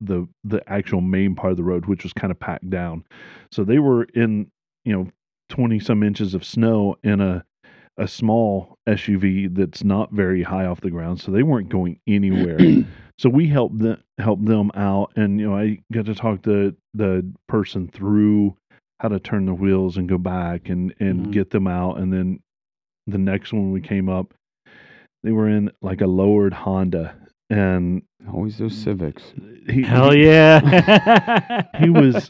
Speaker 1: the the actual main part of the road, which was kind of packed down. So they were in you know twenty some inches of snow in a a small SUV that's not very high off the ground, so they weren't going anywhere. so we helped them help them out, and you know I got to talk the the person through how to turn the wheels and go back and and
Speaker 3: Mhm.
Speaker 1: get them out, and then the next one we came up, they were in like a lowered Honda, and
Speaker 2: Always
Speaker 1: Mm.
Speaker 2: those civics.
Speaker 1: he
Speaker 3: Hell
Speaker 1: he-
Speaker 3: yeah.
Speaker 1: [laughs] he was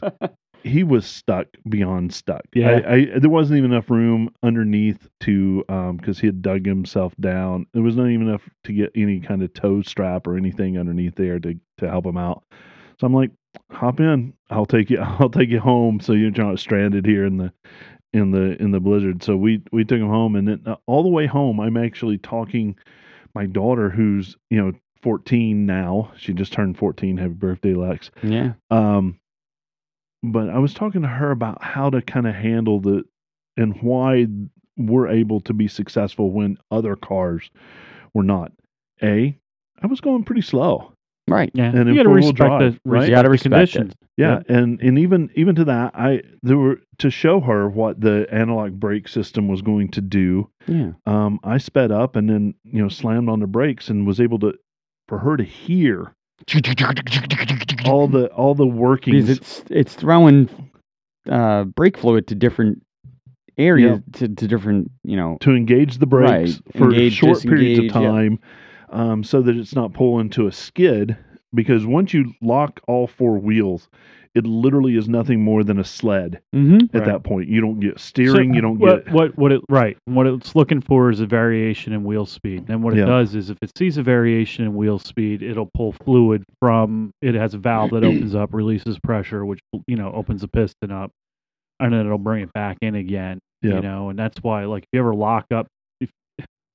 Speaker 1: he was stuck beyond stuck.
Speaker 3: Yeah.
Speaker 1: I, I, there wasn't even enough room underneath to because he had dug himself down. There was not even enough to get any kind of toe strap or anything underneath there to to help him out. So I'm like, hop in, I'll take you, [laughs] I'll take you home, so you're not stranded here in the in the in the blizzard. So we we took him home, and then uh, all the way home, I'm actually talking my daughter, who's you know 14 now. She just turned 14. Happy birthday, Lex
Speaker 2: Yeah.
Speaker 1: um but i was talking to her about how to kind of handle the and why we're able to be successful when other cars were not a i was going pretty slow
Speaker 2: Right.
Speaker 3: yeah.
Speaker 1: and in
Speaker 3: you gotta
Speaker 1: four-wheel
Speaker 3: respect the,
Speaker 1: drive, right?
Speaker 2: You gotta
Speaker 3: the
Speaker 2: respect it.
Speaker 3: conditions.
Speaker 1: yeah and and even even to that i there were to show her what the analog brake system was going to do
Speaker 2: [laughs] Yeah.
Speaker 1: um i sped up and then you know slammed on the brakes and was able to for her to hear all the all the workings
Speaker 2: Because it's it's throwing uh, brake fluid to different areas to, to different you know
Speaker 1: to engage the brakes
Speaker 2: Right.
Speaker 1: for
Speaker 2: Engage,
Speaker 1: short periods of
Speaker 2: disengage, yeah.
Speaker 1: time um, so that it's not pulling to a skid because once you lock all four wheels it literally is nothing more than a sled
Speaker 2: mm-hmm.
Speaker 1: at
Speaker 3: Right.
Speaker 1: that point you don't get steering
Speaker 3: So
Speaker 1: you don't
Speaker 3: what,
Speaker 1: get
Speaker 3: what what it right. What it's looking for is a variation in wheel speed. And what it
Speaker 1: Yeah.
Speaker 3: does is if it sees a variation in wheel speed, it'll pull fluid from it has a valve that opens up, releases pressure, which you know, opens the piston up, and then it'll bring it back in again.
Speaker 1: Yeah.
Speaker 3: You know, and that's why like if you ever lock up if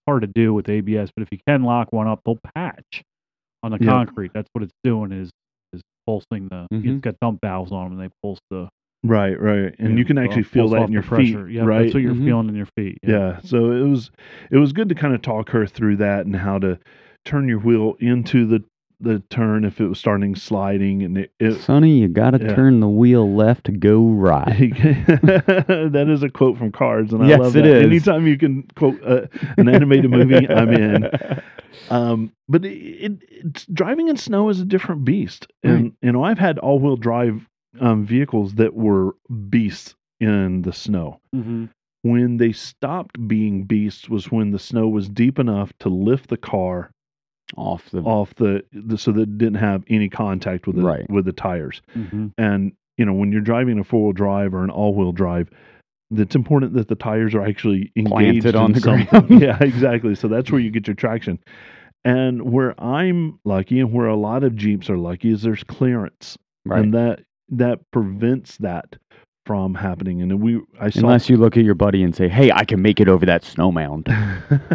Speaker 3: hard to do with ABS, but if you can lock one up, they'll patch on the
Speaker 1: Yeah.
Speaker 3: concrete. That's what it's doing is is pulsing the
Speaker 2: Mhm.
Speaker 1: Mm-hmm.
Speaker 3: it's got dump valves on them and they pulse the
Speaker 1: right right and
Speaker 3: know,
Speaker 1: you can actually
Speaker 3: pulse
Speaker 1: feel that
Speaker 3: off
Speaker 1: in
Speaker 3: the
Speaker 1: your
Speaker 3: pressure.
Speaker 1: feet
Speaker 3: Yeah,
Speaker 1: right
Speaker 3: that's what you're
Speaker 2: Mhm.
Speaker 3: feeling in your feet.
Speaker 1: yeah. so it was it was good to kind of talk her through that and how to turn your wheel into the the turn if it was starting sliding and it, it
Speaker 2: Sonny, you gotta
Speaker 1: yeah.
Speaker 2: turn the wheel left to go [laughs]
Speaker 1: [laughs]
Speaker 2: right.
Speaker 1: that is a quote from Cards, and I
Speaker 2: Yes,
Speaker 1: love
Speaker 2: it
Speaker 1: that.
Speaker 2: is.
Speaker 1: Anytime you can quote uh, an animated
Speaker 2: [laughs]
Speaker 1: movie, I'm in. Um, but it, it, it's, driving in snow is a different beast, and you know I've had all-wheel drive um, vehicles that were beasts in the snow.
Speaker 3: Mm-hmm.
Speaker 1: When they stopped being beasts was when the snow was deep enough to lift the car
Speaker 2: Off the
Speaker 1: off the, the so that it didn't have any contact with the,
Speaker 2: Right.
Speaker 1: with the tires.
Speaker 3: Mm-hmm.
Speaker 1: And you know, when you're driving a four wheel drive or an all wheel drive, it's important that the tires are actually engaged
Speaker 2: Planted on
Speaker 1: in
Speaker 2: the
Speaker 1: something. [laughs]
Speaker 2: ground.
Speaker 1: yeah, exactly. So that's where you get your traction. And where I'm lucky, and where a lot of Jeeps are lucky, is there's clearance,
Speaker 2: right.
Speaker 1: and that that prevents that from happening. And we, I saw
Speaker 2: Unless you look at your buddy and say, "Hey, I can make it over that snow mound."
Speaker 1: [laughs]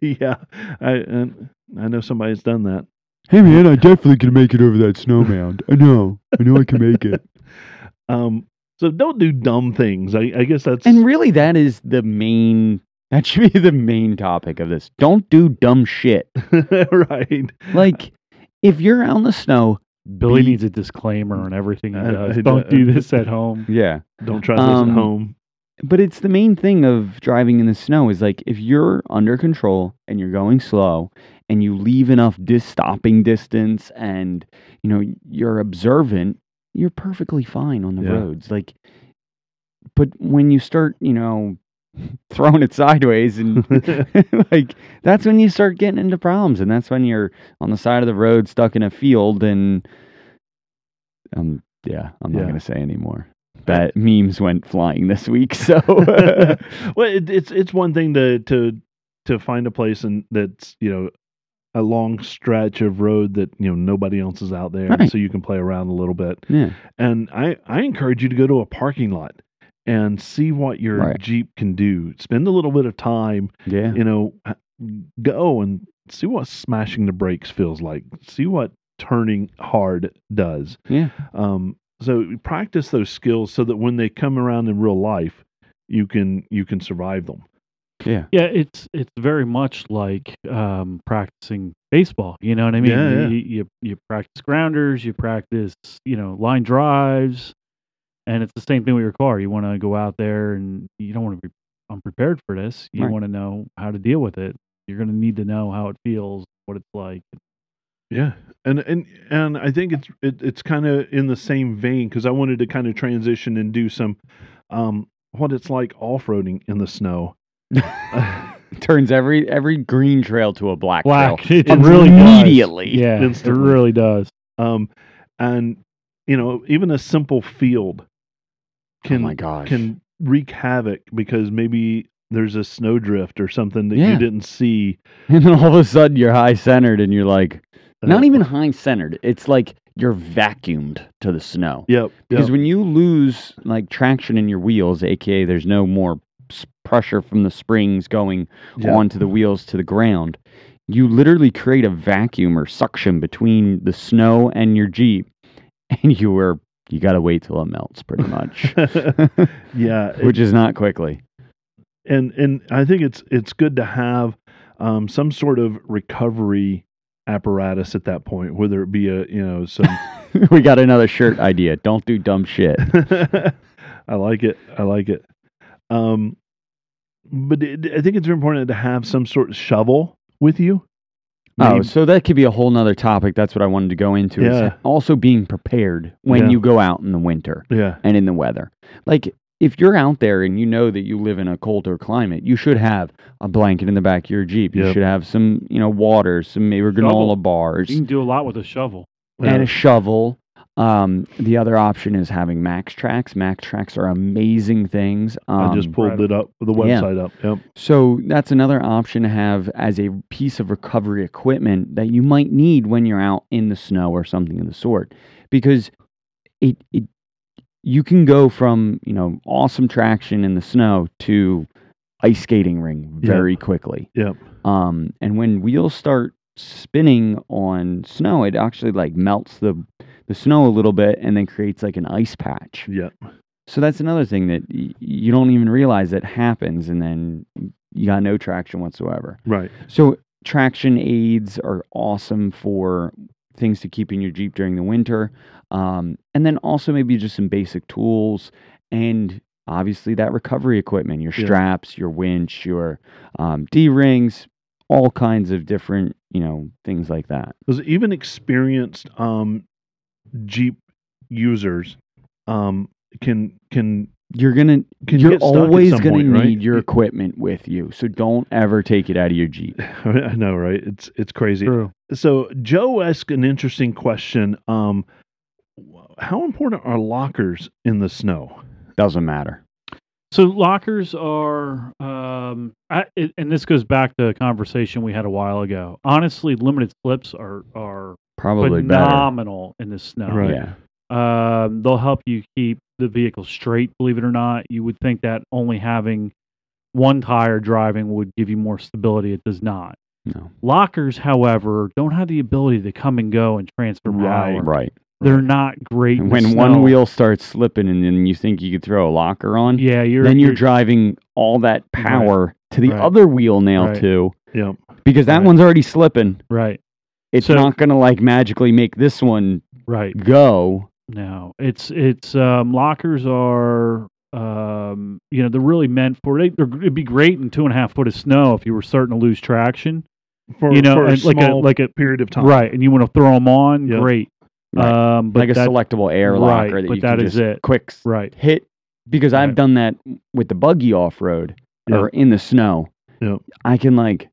Speaker 1: yeah, I and I know somebody's done that.
Speaker 2: [laughs] hey man, I definitely can make it over that snow mound. I know, I know, I can make it.
Speaker 1: Um, so don't do dumb things. I, I guess that's
Speaker 2: [laughs] And really, that is the main. That should be the main topic of this. Don't do dumb shit.
Speaker 1: [laughs] right.
Speaker 2: Like, if you're out in the snow,
Speaker 3: Billy
Speaker 2: Be-
Speaker 3: needs a disclaimer on everything
Speaker 1: [laughs]
Speaker 3: he
Speaker 1: I-
Speaker 3: does.
Speaker 1: I-
Speaker 3: Don't
Speaker 1: I-
Speaker 3: do
Speaker 1: [laughs]
Speaker 3: this at home.
Speaker 2: yeah.
Speaker 1: Don't try this
Speaker 2: Um,
Speaker 1: at home.
Speaker 2: But it's the main thing of driving in the snow is like if you're under control and you're going slow and you leave enough dis- stopping distance and you know you're observant, you're perfectly fine on the
Speaker 1: Yeah.
Speaker 2: roads. Like, but when you start, you know, [laughs] throwing it sideways and
Speaker 1: [laughs]
Speaker 2: [laughs] like that's when you start getting into problems, and that's when you're on the side of the road stuck in a field and um yeah, I'm
Speaker 1: Yeah.
Speaker 2: not gonna say anymore. That memes went flying this week, so
Speaker 1: [laughs] well, it, it's it's one thing to to to find a place and that's you know a long stretch of road that you know nobody else is out there,
Speaker 2: Right.
Speaker 1: so you can play around a little bit.
Speaker 2: yeah,
Speaker 1: And I I encourage you to go to a parking lot and see what your
Speaker 2: Right.
Speaker 1: Jeep can do. Spend a little bit of time,
Speaker 2: [laughs] yeah,
Speaker 1: you know, go and see what smashing the brakes feels like. See what turning hard does.
Speaker 2: yeah.
Speaker 1: Um, so practice those skills so that when they come around in real life, you can you can survive them.
Speaker 2: Yeah.
Speaker 3: Yeah, it's it's very much like um, practicing baseball. You know what I mean?
Speaker 1: Yeah, yeah.
Speaker 3: You, you you practice grounders, you practice you know line drives, and it's the same thing with your car. You want to go out there and you don't want to be unprepared for this. You
Speaker 2: Right.
Speaker 3: want to know how to deal with it. You're going to need to know how it feels, what it's like.
Speaker 1: Yeah, and and and I think it's it, it's kind of in the same vein because I wanted to kind of transition and do some, um, what it's like off roading in the
Speaker 2: [laughs]
Speaker 1: snow.
Speaker 2: Turns every every green trail to a black, trail.
Speaker 3: it
Speaker 2: It's
Speaker 3: really does.
Speaker 2: immediately.
Speaker 3: Yeah,
Speaker 1: Instantly.
Speaker 3: it really does.
Speaker 1: Um, and you know, even a simple field
Speaker 2: oh
Speaker 1: can
Speaker 2: my gosh.
Speaker 1: can wreak havoc because maybe there's a snowdrift or something that you
Speaker 2: Yeah.
Speaker 1: didn't see.
Speaker 2: [laughs] and then all of a sudden you're high centered and you're like
Speaker 1: uh,
Speaker 2: not even high centered. It's like you're vacuumed to the snow.
Speaker 1: Yep.
Speaker 2: Because
Speaker 1: yep.
Speaker 2: when you lose like traction in your wheels, aka there's no more s- pressure from the springs going
Speaker 1: Yeah.
Speaker 2: onto the wheels to the ground, you literally create a vacuum or suction between the snow and your Jeep, [laughs] and you were you got to wait till it melts pretty much,
Speaker 1: [laughs] yeah,
Speaker 2: [laughs]
Speaker 1: it-
Speaker 2: which is not quickly. [laughs]
Speaker 1: and and I think it's it's good to have um, some sort of recovery apparatus at that point, whether it be a you know
Speaker 2: [laughs]
Speaker 1: some. [laughs]
Speaker 2: we got another shirt idea. Don't do dumb shit.
Speaker 1: I like it. I like it. Um, but it, I think it's very important to have some sort of shovel with you.
Speaker 2: Oh,
Speaker 1: Maybe-
Speaker 2: so that could be a whole nother topic. That's what I wanted to go into.
Speaker 1: Yeah.
Speaker 2: Is also being prepared when
Speaker 1: Yeah.
Speaker 2: you go out in the winter.
Speaker 1: yeah,
Speaker 2: and in the weather. Like if you're out there and you know that you live in a colder climate, you should have a blanket in the back of your Jeep. You
Speaker 1: Yep.
Speaker 2: should have some, you know, water, some maybe
Speaker 3: Shovel.
Speaker 2: granola bars,
Speaker 3: You can do a lot with a shovel.
Speaker 2: and a shovel. Um, the other option is having Max Tracks. Max Tracks are amazing things. Um,
Speaker 1: I just pulled it up, the
Speaker 2: yeah.
Speaker 1: website up. Yep.
Speaker 2: so that's another option to have as a piece of recovery equipment that you might need when you're out in the snow or something of the sort, because it it you can go from you know awesome traction in the snow to ice skating ring
Speaker 1: Yeah.
Speaker 2: very quickly.
Speaker 1: Yep.
Speaker 2: Um, and when wheels start spinning on snow, it actually like melts the the snow a little bit and then creates like an ice patch.
Speaker 1: Yep.
Speaker 2: So that's another thing that y- you don't even realize that happens, and then you got no traction whatsoever.
Speaker 1: Right.
Speaker 2: So traction aids are awesome for things to keep in your Jeep during the winter, um, and then also maybe just some basic tools and obviously that recovery equipment, your
Speaker 1: Yeah.
Speaker 2: straps, your winch, your um, D rings, all kinds of different you know things like that.
Speaker 1: Because even experienced um, Jeep users um, can can
Speaker 2: You're gonna
Speaker 1: can
Speaker 2: you're
Speaker 1: get stuck at
Speaker 2: always
Speaker 1: some
Speaker 2: gonna
Speaker 1: point,
Speaker 2: need
Speaker 1: right? [laughs]
Speaker 2: your equipment with you, so don't ever take it out of your Jeep.
Speaker 1: I know, right? It's it's crazy.
Speaker 3: True.
Speaker 1: So Joe asked an interesting question. Um, how important are lockers in the snow?
Speaker 2: Doesn't matter.
Speaker 3: So lockers are, um, I, it, and this goes back to a conversation we had a while ago. Honestly, limited slips are are
Speaker 2: Probably better.
Speaker 3: phenomenal in the snow.
Speaker 1: Right.
Speaker 2: Yeah.
Speaker 3: Um, they'll help you keep the vehicle straight. Believe it or not, you would think that only having one tire driving would give you more stability. It does not.
Speaker 2: No.
Speaker 3: Lockers, however, don't have the ability to come and go and transfer power.
Speaker 2: Right.
Speaker 3: They're not great. in the
Speaker 2: When one
Speaker 3: snow.
Speaker 2: wheel starts slipping and then you think you could throw a locker on,
Speaker 3: yeah, you're
Speaker 2: then you're driving all that power to the
Speaker 1: Right.
Speaker 2: other wheel now
Speaker 3: Right.
Speaker 2: too,
Speaker 1: Yeah,
Speaker 2: because that
Speaker 1: Right.
Speaker 2: one's already slipping.
Speaker 3: right,
Speaker 2: It's
Speaker 3: So-
Speaker 2: not going to like magically make this one
Speaker 3: right.
Speaker 2: go.
Speaker 3: No, it's it's um, lockers are um, you know they're really meant for they, they're, it'd be great in two and a half foot of snow if you were starting to lose traction.
Speaker 1: for
Speaker 3: you know,
Speaker 1: for a
Speaker 3: and like a
Speaker 1: small
Speaker 3: like a
Speaker 1: period of time.
Speaker 3: right, and you want to throw them on.
Speaker 1: Yep.
Speaker 3: Great,
Speaker 2: Right.
Speaker 3: um, but
Speaker 2: like a
Speaker 3: that-
Speaker 2: selectable air
Speaker 3: right,
Speaker 2: locker that
Speaker 3: but
Speaker 2: you
Speaker 3: that
Speaker 2: can
Speaker 3: is
Speaker 2: just
Speaker 3: it.
Speaker 2: quick s-
Speaker 3: right,
Speaker 2: hit. Because I've
Speaker 1: Right.
Speaker 2: done that with the buggy off road
Speaker 1: Yeah.
Speaker 2: or in the snow.
Speaker 1: Yeah.
Speaker 2: I can like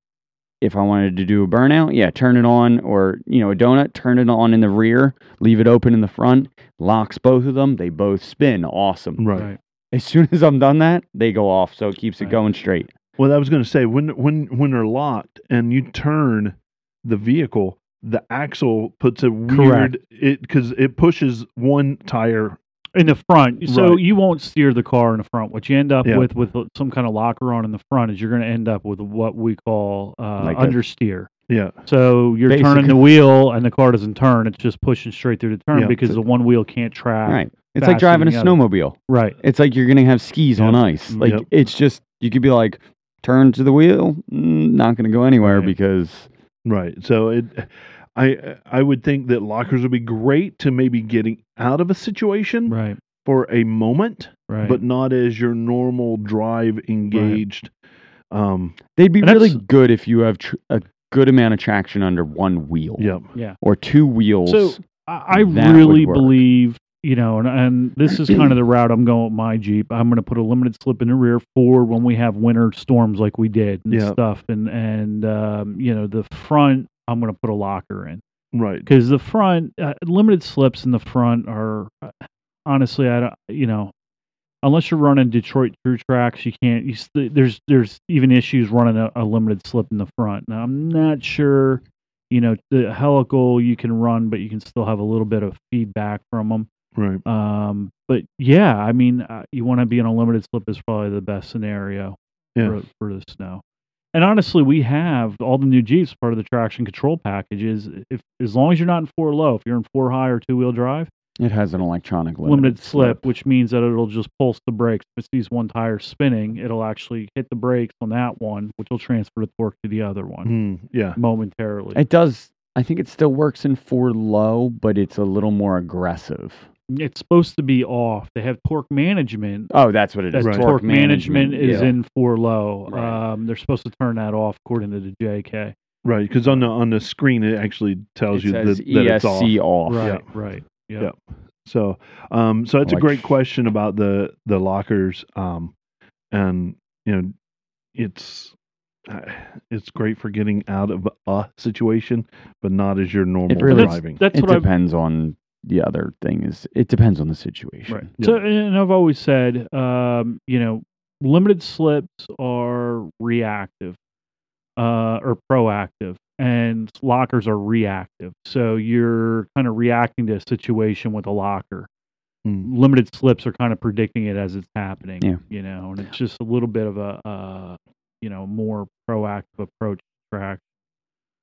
Speaker 2: if I wanted to do a burnout, yeah, turn it on or you know, a donut, turn it on in the rear, leave it open in the front, locks both of them, they both spin. Awesome.
Speaker 1: right.
Speaker 3: right.
Speaker 2: As soon as I'm done that, they go off, so it keeps it
Speaker 3: Right.
Speaker 2: going straight.
Speaker 1: Well, I was going to say when when when they're locked and you turn the vehicle, the axle puts a weird it because it pushes one tire.
Speaker 3: in the front. So
Speaker 1: Right.
Speaker 3: you won't steer the car in the front. What you end up
Speaker 1: Yeah.
Speaker 3: with with some kind of locker on in the front is you're going to end up with what we call uh,
Speaker 2: Like a-
Speaker 3: understeer.
Speaker 1: Yeah,
Speaker 3: So you're turning
Speaker 2: Basically-
Speaker 3: the wheel and the car doesn't turn. It's just pushing straight through the turn
Speaker 1: Yeah,
Speaker 3: because
Speaker 1: so-
Speaker 3: the one wheel can't track.
Speaker 2: Right. It's
Speaker 3: faster
Speaker 2: like driving a
Speaker 3: than the other.
Speaker 2: snowmobile.
Speaker 3: Right.
Speaker 2: It's like you're gonna have skis on ice. Like
Speaker 1: Mm, Yep.
Speaker 2: it's just you could be like, turn to the wheel, mm, not going to go anywhere
Speaker 1: Right.
Speaker 2: because
Speaker 1: Right. So it, I I would think that lockers would be great to maybe getting out of a situation
Speaker 3: Right.
Speaker 1: for a moment,
Speaker 3: Right.
Speaker 1: but not as your normal drive engaged. Um.
Speaker 2: they'd be
Speaker 3: And
Speaker 2: really
Speaker 3: that's-
Speaker 2: good if you have tr- a good amount of traction under one wheel
Speaker 1: Yep.
Speaker 2: or two wheels.
Speaker 3: So I, I
Speaker 2: That would
Speaker 3: really
Speaker 2: work.
Speaker 3: believe, you know, and, and this is kind of the route I'm going with my Jeep. I'm going to put a limited slip in the rear for when we have winter storms like we did and
Speaker 1: Yeah.
Speaker 3: stuff. And, and um, you know, the front, I'm going to put a locker in
Speaker 1: Right.
Speaker 3: because the front, uh, limited slips in the front are, uh, honestly, I don't, you know, Unless you're running Detroit through tracks, you can't. You, s- there's there's even issues running a, a limited slip in the front. Now I'm not sure you know the helical you can run but you can still have a little bit of feedback from them
Speaker 1: Right.
Speaker 3: um but yeah i mean uh, you want to be in a limited slip is probably the best scenario
Speaker 1: Yeah.
Speaker 3: for, for the snow and honestly we have all the new jeeps part of the traction control package is if as long as you're not in four low if you're in four high or two wheel drive
Speaker 2: it has an electronic
Speaker 3: limited, slip, which means that it'll just pulse the brakes if it sees one tire spinning it'll actually hit the brakes on that one which will transfer the torque to the other one
Speaker 1: Hmm, yeah.
Speaker 3: momentarily
Speaker 2: It does. I think it still works in four low, but it's a little more aggressive.
Speaker 3: it's supposed to be off. They have torque management.
Speaker 2: Oh, that's what it
Speaker 3: That
Speaker 2: is.
Speaker 1: Right.
Speaker 3: torque, management, is
Speaker 2: yeah.
Speaker 3: in four low.
Speaker 2: Right.
Speaker 3: Um, they're supposed to turn that off according to the JK.
Speaker 1: Right. Because on the on the screen it actually tells
Speaker 2: It
Speaker 1: you
Speaker 2: says
Speaker 1: that, that it's off.
Speaker 2: ESC off.
Speaker 3: Right, right. Yeah.
Speaker 1: Yeah. So, um, so that's a
Speaker 2: Like-
Speaker 1: great question about the the lockers, um, and you know, it's uh, it's great for getting out of a situation, but not as your normal
Speaker 2: really-
Speaker 3: That's,
Speaker 1: driving.
Speaker 3: that's
Speaker 2: It
Speaker 3: what I've
Speaker 2: depends on the other thing is it depends on the situation.
Speaker 3: Right.
Speaker 1: Yeah.
Speaker 3: So, and I've always said, um, you know, limited slips are reactive uh, or proactive, and lockers are reactive. So you're kind of reacting to a situation with a locker.
Speaker 1: Mm.
Speaker 3: Limited slips are kind of predicting it as it's happening.
Speaker 2: Hmm. Yeah.
Speaker 3: You know, and it's just a little bit of a, uh, you know, more proactive approach. to Track.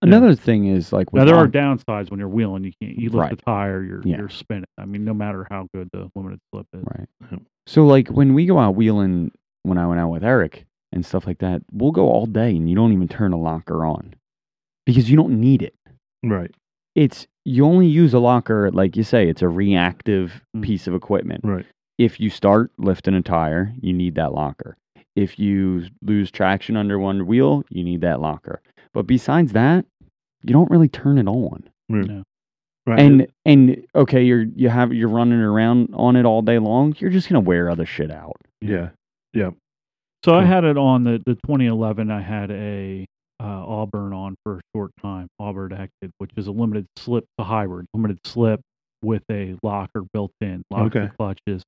Speaker 2: Another thing is like with
Speaker 3: Now there are
Speaker 2: lock-
Speaker 3: downsides when you're wheeling. You can't. You lift the
Speaker 2: Right.
Speaker 3: tire. You're
Speaker 2: Yeah.
Speaker 3: you're spinning. I mean, no matter how good the limited slip is.
Speaker 2: Right.
Speaker 1: Yeah.
Speaker 2: So like when we go out wheeling, when I went out with Eric and stuff like that, we'll go all day and you don't even turn a locker on because you don't need it.
Speaker 1: Right.
Speaker 2: It's you only use a locker, like you say, it's a reactive
Speaker 3: Mm.
Speaker 2: piece of equipment.
Speaker 1: Right.
Speaker 2: If you start lifting a tire, you need that locker. If you lose traction under one wheel, you need that locker. But besides that, you don't really turn it on.
Speaker 1: Right.
Speaker 2: And and okay, you're you have you're running around on it all day long. You're just gonna wear other shit out.
Speaker 1: yeah.
Speaker 3: So
Speaker 1: Cool.
Speaker 3: I had it on the, the 2011. I had a uh, Auburn on for a short time, Auburn Active, which is a limited slip to hybrid, limited slip with a locker built in, locked
Speaker 1: Okay.
Speaker 3: the clutches.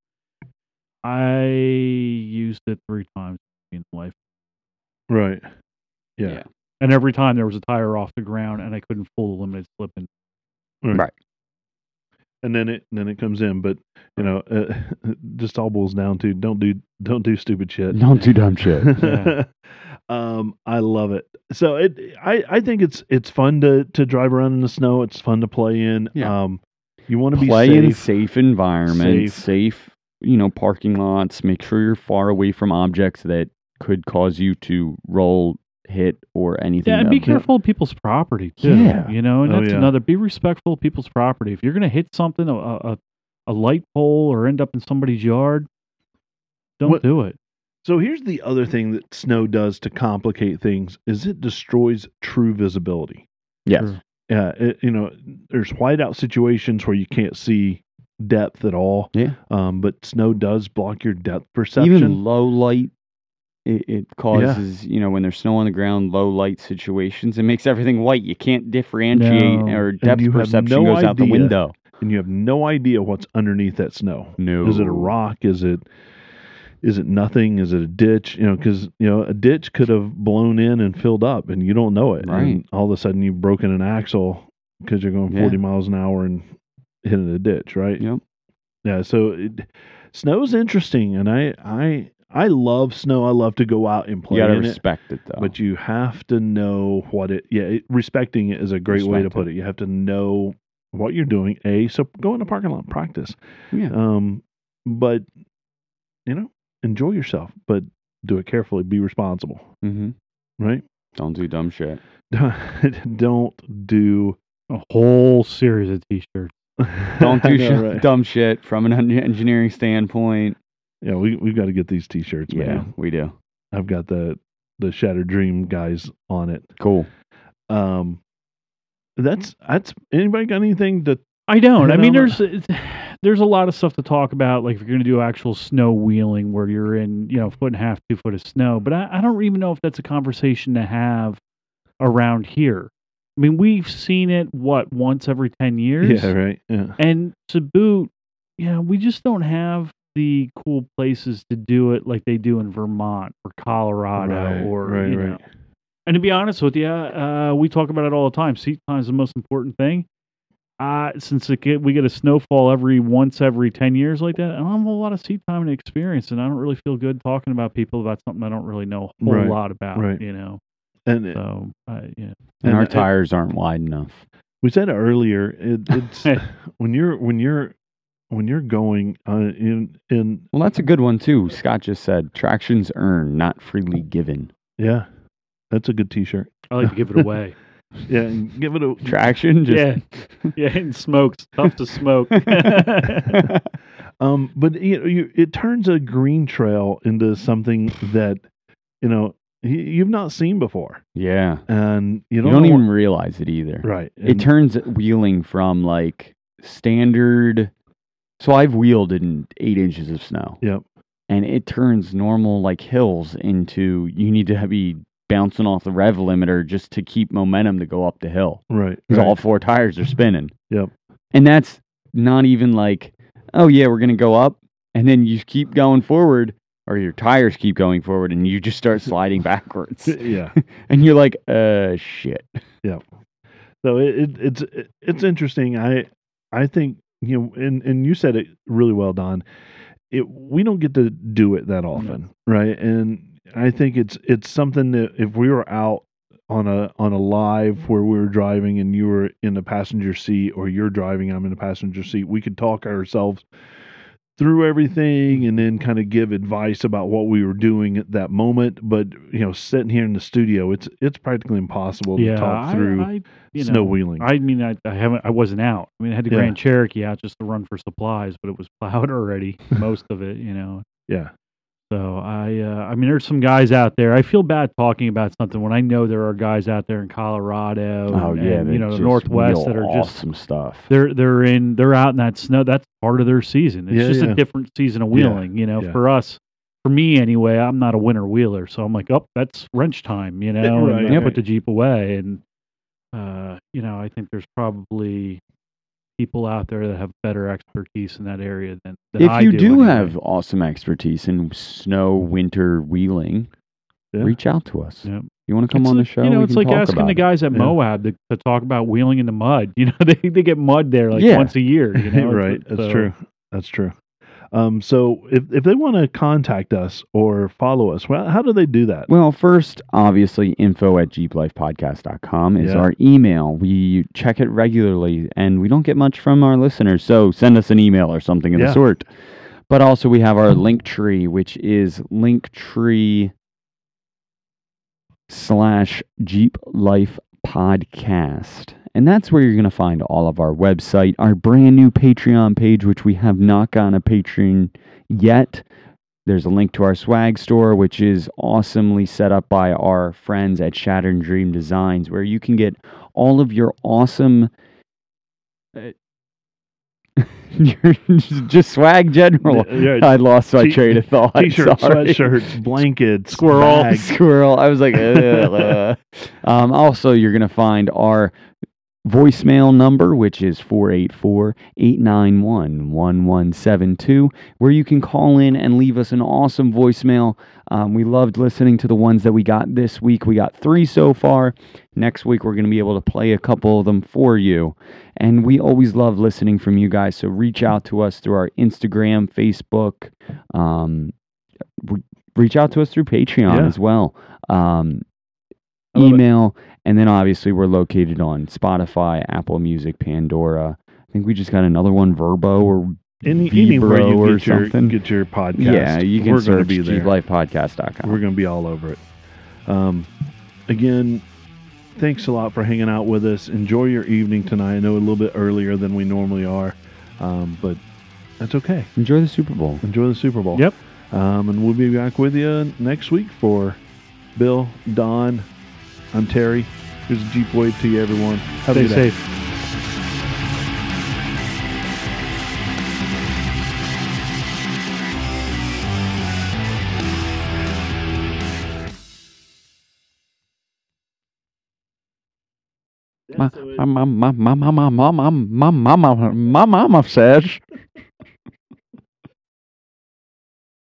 Speaker 3: I used it three times in life,
Speaker 1: Right. Yeah.
Speaker 2: Yeah.
Speaker 3: and every time there was a tire off the ground, and I couldn't pull the limited slip in.
Speaker 1: And then it then it comes in, but you know, uh, [laughs] just all boils down to don't do [laughs] don't do stupid shit.
Speaker 2: Don't do dumb [laughs] shit.
Speaker 1: [laughs]
Speaker 3: Yeah.
Speaker 1: um, I love it. So it, I, I think it's it's fun to to drive around in the snow. It's fun to play in.
Speaker 2: Yeah.
Speaker 1: Um, you want to be
Speaker 2: Play in
Speaker 1: safe.
Speaker 2: safe environments,
Speaker 1: Safe.
Speaker 2: safe you know parking lots. Make sure you're far away from objects that could cause you to roll, hit, or anything.
Speaker 3: Yeah, and be
Speaker 2: of-
Speaker 3: careful of people's property too.
Speaker 2: Yeah.
Speaker 3: you know, and
Speaker 1: Oh,
Speaker 3: that's
Speaker 1: yeah.
Speaker 3: another. Be respectful of people's property. If you're gonna hit something, a a, a light pole, or end up in somebody's yard, don't
Speaker 1: What-
Speaker 3: do it.
Speaker 1: So here's the other thing that snow does to complicate things: is it destroys true visibility.
Speaker 2: Yes.
Speaker 3: True.
Speaker 1: Yeah, it, you know, there's whiteout situations where you can't see depth at all.
Speaker 2: Yeah.
Speaker 1: Um, but snow does block your depth perception.
Speaker 2: Even low light, it, it causes you know when there's snow on the ground, low light situations. It makes everything white. You can't differentiate
Speaker 3: No.
Speaker 2: or
Speaker 3: And
Speaker 2: depth
Speaker 1: you have
Speaker 2: perception
Speaker 1: no
Speaker 2: goes out the
Speaker 1: idea.
Speaker 2: window.
Speaker 1: and you have no idea what's underneath that snow.
Speaker 2: No,
Speaker 1: Is it a rock? Is it is it nothing? Is it a ditch? You know, because you know a ditch could have blown in and filled up, and you don't know it.
Speaker 2: Right.
Speaker 1: And all of a sudden, you've broken an axle because you're going
Speaker 2: Yeah.
Speaker 1: 40 miles an hour and hitting a ditch, right?
Speaker 2: Yep.
Speaker 1: Yeah. So it, snow's interesting, and I I I love snow. I love to go out and
Speaker 2: You
Speaker 1: play
Speaker 2: gotta
Speaker 1: in it.
Speaker 2: respect it, though.
Speaker 1: But you have to know what it. Yeah, it, respecting it is a great way to
Speaker 2: Respect
Speaker 1: put it. You have to know what you're doing. A, so go in the parking lot and [laughs] practice.
Speaker 2: yeah.
Speaker 1: Um, but you know, enjoy yourself. But do it carefully, be responsible,
Speaker 2: Mm-hmm.
Speaker 1: right? [laughs]
Speaker 2: Don't do dumb shit.
Speaker 1: Don't do [laughs]
Speaker 3: A whole series of T-shirts.
Speaker 2: [laughs] Don't do
Speaker 1: I know,
Speaker 2: shit,
Speaker 1: right?
Speaker 2: dumb shit from an en- engineering standpoint.
Speaker 1: Yeah, we we've got to get these t-shirts,
Speaker 2: Yeah,
Speaker 1: man.
Speaker 2: we do.
Speaker 1: I've got the the Shattered Dream guys on it.
Speaker 2: Cool.
Speaker 1: Um that's that's anybody got anything to
Speaker 3: I don't. I
Speaker 1: No,
Speaker 3: mean,
Speaker 1: no.
Speaker 3: there's it's- [sighs] there's a lot of stuff to talk about. Like if you're going to do actual snow wheeling, where you're in you know foot and a half, two foot of snow. But I, I don't even know if that's a conversation to have around here. I mean, we've seen it what once every ten years.
Speaker 1: Yeah, right. Yeah.
Speaker 3: And to boot, you know, we just don't have the cool places to do it like they do in Vermont or Colorado
Speaker 1: Right,
Speaker 3: or
Speaker 1: right,
Speaker 3: you
Speaker 1: right.
Speaker 3: know. And to be honest with you, uh, we talk about it all the time. Seat time is the most important thing. Uh, since it get, we get a snowfall every once every 10 years like that, I don't have a lot of seat time and experience, and I don't really feel good talking about people about something I don't really know a whole
Speaker 1: Right,
Speaker 3: lot about,
Speaker 1: right.
Speaker 3: you know?
Speaker 1: And it-
Speaker 3: So, uh, yeah.
Speaker 2: And,
Speaker 1: And
Speaker 2: our
Speaker 1: it-
Speaker 2: tires aren't wide enough.
Speaker 1: we said earlier it, it's when you're when you're when you're going uh, in in
Speaker 2: Well, that's a good one too. Scott just said tractions earned, not freely given.
Speaker 1: yeah. That's a good t-shirt.
Speaker 3: I like to give it away.
Speaker 1: Yeah, and give
Speaker 2: [laughs]
Speaker 1: it a
Speaker 2: Traction, just
Speaker 3: yeah. [laughs] Yeah, and smokes. Tough to
Speaker 1: [laughs]
Speaker 3: smoke. [laughs]
Speaker 1: Um, but you know, you, it turns a green trail into something that you know y- you've not seen before,
Speaker 2: [laughs] yeah.
Speaker 1: and you
Speaker 2: You don't,
Speaker 1: don't, know
Speaker 2: even realize it either.
Speaker 1: what- right.
Speaker 2: It
Speaker 1: and-
Speaker 2: turns wheeling from like standard. So I've wheeled in eight inches of snow,
Speaker 1: Yep.
Speaker 2: and it turns normal like hills into you need to be bouncing off the rev limiter just to keep momentum to go up the hill.
Speaker 1: Right.
Speaker 2: because
Speaker 1: right.
Speaker 2: all four tires are spinning.
Speaker 1: Yep.
Speaker 2: And that's not even like, oh yeah, we're gonna go up, and then you keep going forward, or your tires keep going forward, and you
Speaker 1: [laughs]
Speaker 2: just start sliding backwards,
Speaker 1: yeah.
Speaker 2: and you're like, uh, shit.
Speaker 1: So it, it, it's it, it's interesting. I I think you know, and and you said it really well, Don. It we don't get to do it that often, right? And I think it's it's something that if we were out on a on a
Speaker 3: Mm-hmm.
Speaker 1: live where we were driving and you were in the passenger seat or you're driving and I'm in the passenger seat, we could talk ourselves through everything and then kind of give advice about what we were doing at that moment. But you know, sitting here in the studio, it's it's practically impossible to
Speaker 3: yeah,
Speaker 1: talk
Speaker 3: I-
Speaker 1: through
Speaker 3: I, you
Speaker 1: snow
Speaker 3: know,
Speaker 1: wheeling.
Speaker 3: I mean, I, I haven't. I wasn't out. I mean, I had the
Speaker 1: Yeah.
Speaker 3: Grand Cherokee out just to run for supplies, but it was [laughs] plowed already, most of it, you know.
Speaker 1: yeah.
Speaker 3: So I, uh, I mean, there's some guys out there. I feel bad talking about something when I know there are guys out there in Colorado,
Speaker 1: Oh,
Speaker 3: and, Oh, and,
Speaker 2: they
Speaker 3: you know, the
Speaker 2: Oh, just
Speaker 3: Northwest that
Speaker 2: wheel
Speaker 3: are
Speaker 2: off
Speaker 3: just
Speaker 2: some stuff.
Speaker 3: they're they're in they're out in that snow. That's part of their season. It's
Speaker 1: Yeah,
Speaker 3: just
Speaker 1: yeah.
Speaker 3: a different season of
Speaker 1: Yeah,
Speaker 3: wheeling. you know,
Speaker 1: yeah.
Speaker 3: for us, for me anyway, I'm not a winter wheeler, so I'm like, oh, that's wrench time. You know,
Speaker 1: right,
Speaker 3: and I
Speaker 1: right.
Speaker 3: put the jeep away, and uh, you know, I think there's probably people out there that have better expertise in that area than, than I
Speaker 2: if you do,
Speaker 3: do. anyway.
Speaker 2: have awesome expertise in snow winter wheeling,
Speaker 1: Yeah.
Speaker 2: reach out to us.
Speaker 3: Yep.
Speaker 2: You want to come
Speaker 3: It's
Speaker 2: on
Speaker 3: like-
Speaker 2: the show?
Speaker 3: You know,
Speaker 2: We
Speaker 3: it's
Speaker 2: can
Speaker 3: like
Speaker 2: talk
Speaker 3: asking
Speaker 2: about
Speaker 3: the
Speaker 2: it.
Speaker 3: guys at
Speaker 1: Yeah.
Speaker 3: Moab to, to talk about wheeling in the mud. [laughs] You know, they they get mud there like
Speaker 2: Yeah.
Speaker 3: once a year.
Speaker 1: [laughs]
Speaker 3: [laughs] You know,
Speaker 1: right.
Speaker 3: It's-
Speaker 1: That's
Speaker 3: so-
Speaker 1: true. That's true. Um, so if, if they want to contact us or follow us, well, how do they do that?
Speaker 2: Well, first, obviously, info at jeeplifepodcast.com is
Speaker 1: Yeah.
Speaker 2: our email. We check it regularly, and we don't get much from our listeners, so send us an email or something of
Speaker 1: Yeah.
Speaker 2: the sort. But also, we have our link tree, which is linktree slash Jeep Life Podcast. And that's where you're going to find all of our website, our brand new Patreon page, which we have not gotten a Patreon yet. There's a link to our swag store, which is awesomely set up by our friends at Shattered Dream Designs, where you can get all of your awesome. uh, [laughs] your- just swag general.
Speaker 1: Yeah,
Speaker 2: [laughs]
Speaker 1: yeah.
Speaker 2: I lost my
Speaker 1: T-
Speaker 2: train of thought.
Speaker 1: T-shirts,
Speaker 2: sorry. [laughs]
Speaker 1: sweatshirts, blankets, [laughs]
Speaker 3: Squirrel.
Speaker 1: bags.
Speaker 2: Squirrel. I was like, "Ugh, uh." um, also, you're going to find our voicemail number, which is 484 891 1172, where you can call in and leave us an awesome voicemail. Um, we loved listening to the ones that we got this week. We got three so far. Next week, we're going to be able to play a couple of them for you. And we always love listening from you guys. So reach out to us through our Instagram, Facebook. Um, re- reach out to us through Patreon
Speaker 1: Yeah.
Speaker 2: as well. Um,
Speaker 1: I love it.
Speaker 2: email. And then obviously, we're located on Spotify, Apple Music, Pandora. I think we just got another one, Verbo or [laughs]
Speaker 1: Any,
Speaker 2: Vibro
Speaker 1: anywhere
Speaker 2: or
Speaker 1: you get your,
Speaker 2: something.
Speaker 1: get your podcast.
Speaker 2: Yeah, you can
Speaker 1: we're gonna
Speaker 2: search
Speaker 1: be there. We're
Speaker 2: GeeblifePodcast.com.
Speaker 1: going to be all over it. Um, again, thanks a lot for hanging out with us. Enjoy your evening tonight. I know a little bit earlier than we normally are, um, but that's okay.
Speaker 2: Enjoy the Super Bowl.
Speaker 1: Enjoy the Super Bowl.
Speaker 3: Yep.
Speaker 1: Um, and we'll be back with you next week for Bill, Don. I'm Terry. Here's a Jeep wave to you, everyone. Have a
Speaker 3: Stay
Speaker 1: good day.
Speaker 3: safe.
Speaker 2: My, my, my, my, my, my, my, my, my, my mama says.